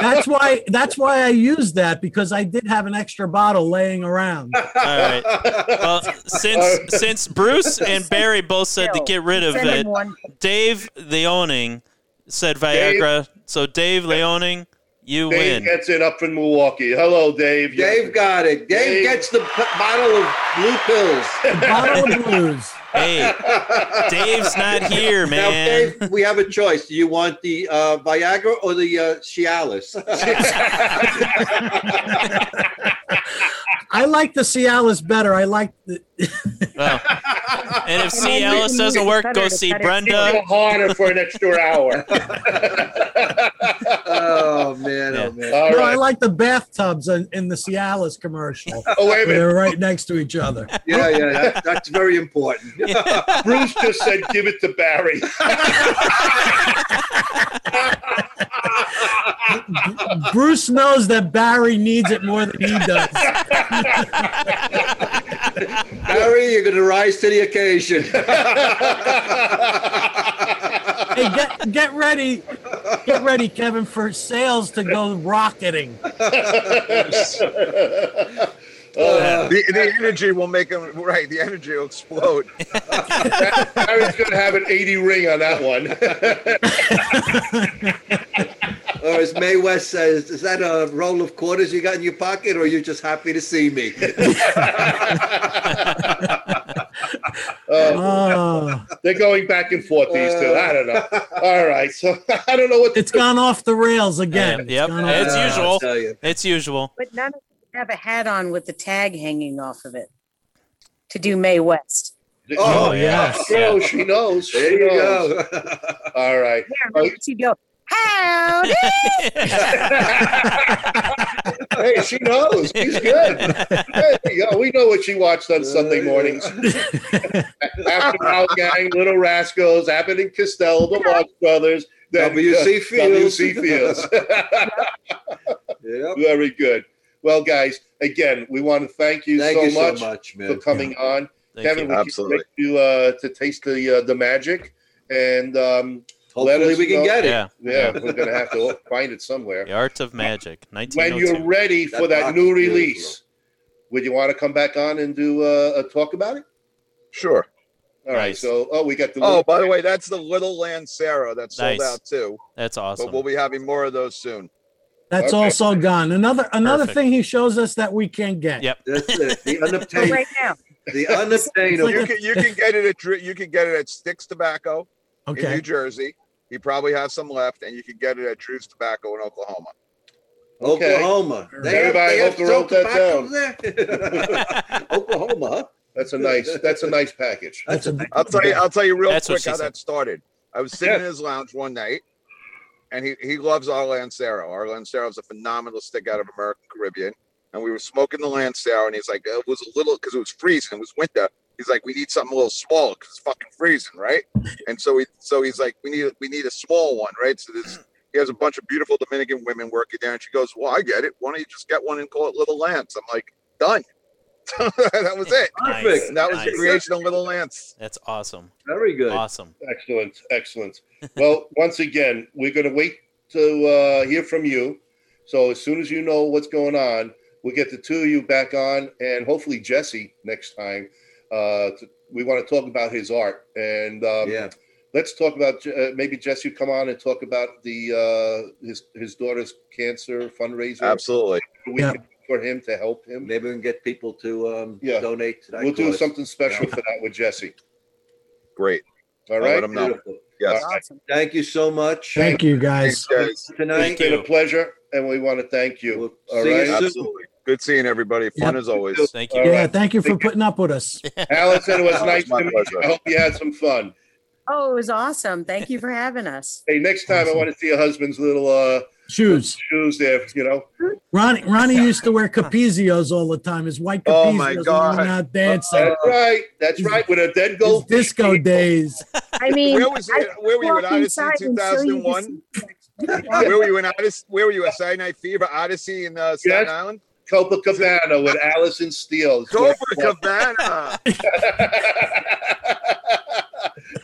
G: That's why. That's why I used that because I did have an extra bottle laying around.
I: All right. Well, since since Bruce and Barry both said to
H: No,
I: get rid of
H: [LAUGHS] send him
I: it,
H: one.
I: Dave Leoning said Viagra. So Dave Leoning, you
C: Dave
I: win.
C: gets it up in Milwaukee. Hello, Dave.
D: Dave got it.
C: Dave-
D: Dave, gets the p- bottle of blue pills.
G: A bottle
I: [LAUGHS]
G: of blues.
I: Hey, Dave's not here,
D: Now,
I: man.
D: Dave, we have a choice. Do you want the uh, Viagra or the uh, [LAUGHS] Cialis?
G: I like the Cialis better. I like the.
I: Well, and if C. Ellis doesn't work, go see
C: Go
I: Brenda.
C: harder for an
I: [LAUGHS]
C: extra hour.
D: oh man!
I: Yeah.
D: Oh man!
C: All
G: no, I
C: right.
G: like the bathtubs in, in the Cialis commercial.
C: Oh wait a minute.
G: They're right next to each other.
D: Yeah, yeah. That, that's very important.
C: Bruce just said, "Give it to Barry."
I: [LAUGHS]
G: Bruce knows that Barry needs it more than he does.
D: Harry, you're going to rise to the occasion. [LAUGHS]
G: Hey, get get ready, get ready, Kevin, for sales to go rocketing.
C: Oh,
E: The, the energy will make him right. The energy will explode.
C: Barry's gonna have an 80 ring on that one. [LAUGHS]
D: or as May West says, is that a roll of quarters you got in your pocket, or are you just happy to see me?
C: Oh,
G: Oh,
C: they're going back and forth these two. I don't
D: [LAUGHS]
C: know. All right, so [LAUGHS] I don't know what.
G: it's gone off the rails again.
I: Yeah, yep.
G: It's gone off
I: As
G: the rails.
I: usual.
D: [LAUGHS] I'll tell you.
I: It's usual.
H: But none of them have a hat on with the tag hanging off of it to do May West.
D: Oh,
G: Oh yes.
C: Girl, she knows. She
D: There you
C: knows.
D: go. [LAUGHS]
C: All right.
H: There, you go. Howdy!
C: [LAUGHS] Hey, she knows. She's
D: [LAUGHS]
C: good. Hey, yo, we know what she watched on Sunday mornings. [LAUGHS] After Hour Gang, Little Rascals, Abbott and Costello, The Marx Brothers, then, uh,
D: W.C. Fields.
C: W.C.
D: [LAUGHS]
C: Fields.
D: Yep.
C: Very good. Well, guys, again, we want to thank you,
D: Thank
C: so,
D: you
C: much
D: so much,
C: for
D: man.
C: coming on.
I: Thank
C: Kevin,
I: you.
C: we
E: Absolutely.
C: can't wait to uh, to taste the uh, the magic, and um, Let
D: Hopefully,
C: us
D: we can
C: know.
D: get it.
I: Yeah.
C: yeah, we're gonna have to find it somewhere.
I: The Art of Magic,
C: when you're
I: 1902.
C: ready
D: That
C: for that
D: box
C: new
D: is beautiful.
C: release, would you want to come back on and do uh, a talk about it?
E: Sure.
C: All right.
I: Nice.
C: So, oh, we got the.
E: Oh, by the way, that's the Little Land Sarah that sold
I: Nice.
E: out too.
I: That's
E: But
I: awesome.
E: we'll be having more of those soon.
G: That's
C: Okay.
G: also gone. Another another
I: Perfect.
G: thing he shows us that we can't get.
I: Yep.
D: That's it. The
H: But
D: unobtainable.
H: right now,
D: the
E: You [LAUGHS]
D: unobtainable.
E: can you can get it at Dr- you can get it at Sticks Tobacco in New
G: Okay.
E: Jersey. He probably has some left, and you can get it at Truth's Tobacco in Oklahoma.
C: Okay.
D: Oklahoma.
C: Everybody hope to wrote that
D: that
C: [LAUGHS]
D: down. [LAUGHS] Oklahoma, huh?
C: That's a nice. That's a nice
E: [LAUGHS]
C: package.
G: That's a
E: I'll tell you. I'll tell you real
I: That's what
E: quick
I: she
E: how
I: said.
E: that started. I was sitting in his lounge one night, and he he loves our Lancero. Our Lancero is a phenomenal stick out of American Caribbean, and we were smoking the Lancero, and he's like, it was a little because it was freezing. It was winter. He's like, we need something a little small because it's fucking freezing, right? And so he so he's like, we need we need a small one, right? So this. He has a bunch of beautiful Dominican women working there, and she goes, "Well, I get it. Why don't you just get one and call it Little Lance?" I'm like, "Done." [LAUGHS] that was it.
I: Nice,
D: Perfect.
E: And that was the
I: nice.
E: creation of Little Lance.
I: That's awesome.
D: Very good.
I: Awesome.
C: Excellent. Excellent. Well, once again, we're gonna wait to uh, hear from you. So as soon as you know what's going on, we'll get the two of you back on, and hopefully Jesse next time. Uh, to, we want to talk about his art, and um,
D: yeah.
C: let's talk about uh, maybe Jesse come on and talk about the uh, his his daughter's cancer fundraiser.
E: Absolutely.
C: We
G: Yeah.
C: can- for him to help him.
D: Maybe we can get people to um,
C: Yeah.
D: donate to that.
C: We'll do
D: cause.
C: something special for that with Jesse.
E: Great.
C: All
E: I'll let
C: right.
E: him know.
D: Beautiful.
E: Yes.
H: Awesome.
D: Thank you so much
G: Thank you, guys.
E: Thanks, guys.
D: tonight.
C: It's
I: Thank
C: been a
I: you.
C: pleasure, and we want to thank you.
D: We'll
C: All
D: see you
C: right.
D: soon.
E: Absolutely. Good seeing everybody. Fun as always.
I: Thank
C: All
I: you.
G: Yeah,
C: right.
G: thank you for
C: Thank you.
G: putting up with us.
C: Allison, it was
E: Oh,
C: nice
E: it's my
C: to meet you.
E: pleasure.
C: I hope you had some fun.
H: Oh, it was awesome. Thank you for having us.
C: Hey, next time I want to see your husband's little uh,
G: Shoes.
C: shoes there. You know,
G: Ronnie Ronnie used to wear capizios all the time. His white capizios
E: Oh, my
G: when he
E: God.
G: went out dancing.
C: that's right. That's
G: He's-
C: right. With a dead
G: His
C: gold
G: Uh, [LAUGHS] disco days.
E: [LAUGHS]
H: I mean,
E: Where was
H: I
E: it? Where were you
H: walked
E: at Odyssey
H: inside and showed you the
E: 2001?
H: secret.
E: Where were you in Odyssey? Where were you at Saturday Night Fever, Odyssey in uh, Staten
C: Yes.
E: Island?
C: [LAUGHS] Copacabana with Allison Steele.
E: Copacabana.
C: [LAUGHS]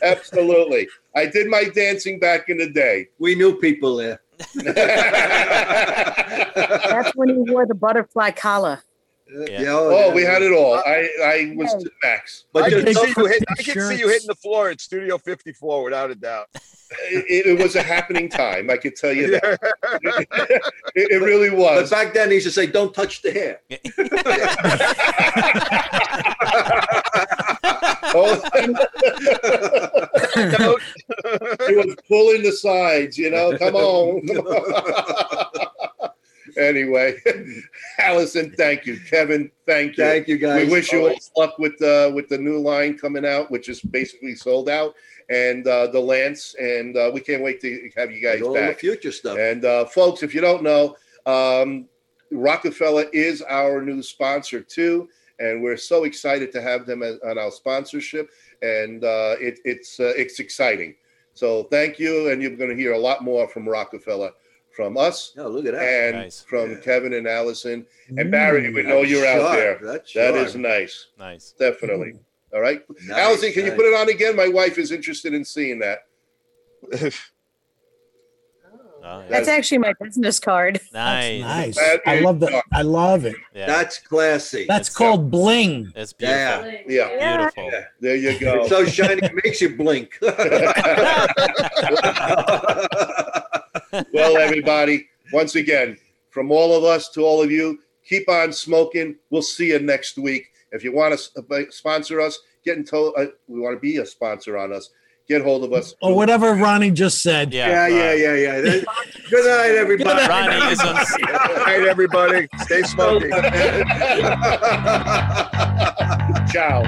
C: Absolutely. I did my dancing back in the day. [LAUGHS]
D: We knew people there.
H: [LAUGHS] That's when he wore the butterfly collar.
I: Yeah.
C: oh, we had it all. I, I was to max.
E: I
D: But
E: can
D: just
E: see
D: don't,
E: you hit. I can see you
G: shirts.
E: hitting the floor at Studio 54 without a doubt.
C: It, it was a happening time. I could tell you that.
D: [LAUGHS]
C: it, it really
D: but
C: was.
D: back then he used to say, "Don't touch the hair."
C: Oh,
E: Don't-
C: he was pulling the sides, you know. Come on. come
D: [LAUGHS]
C: on. anyway, Allison, thank you. Kevin, thank you.
D: Thank you guys. Oh,
C: we wish you all luck with uh, with the new line coming out, which is basically sold out, and uh, the Lance, and uh, we can't wait to have you guys
D: And all the
C: back.
D: future stuff.
C: And uh, folks, if you don't know, um, Rockefeller is our new sponsor too, and we're so excited to have them as, on our sponsorship, and uh, it, it's uh, it's exciting. So thank you, and you're going to hear a lot more from Rockefeller, from us,
D: Oh, look at that.
C: and
I: Nice.
C: from
D: Yeah.
C: Kevin and Allison. And Barry,
G: Mm.
C: we know you're out there.
D: Sharp. That's
C: That is
D: sharp.
C: nice,
I: Nice.
C: definitely. All right,
D: Mm-hmm. Nice,
C: Allison, can you
D: nice.
C: put it on again? My wife is interested in seeing that.
I: Nice.
H: That's actually my business card.
G: That's
I: Nice.
G: nice. I love that. I love it.
I: Yeah.
D: That's classy.
G: That's called bling.
I: That's beautiful.
D: yeah.
C: Yeah,
H: Yeah.
I: Beautiful.
D: Yeah.
C: there you go.
D: [LAUGHS] It's so shiny it makes you blink. [LAUGHS]
C: well, everybody, once again, from all of us to all of you, keep on smoking. We'll see you next week. If you want to sponsor us, get in touch. Uh, we want to be a sponsor on us. Get hold of us.
G: Or whatever Ronnie just said.
D: yeah, yeah, yeah, yeah. That- Good night, everybody.
G: Good
I: Ronnie is on.
E: All right, everybody. Stay
C: [LAUGHS]
E: smoky.
C: Ciao.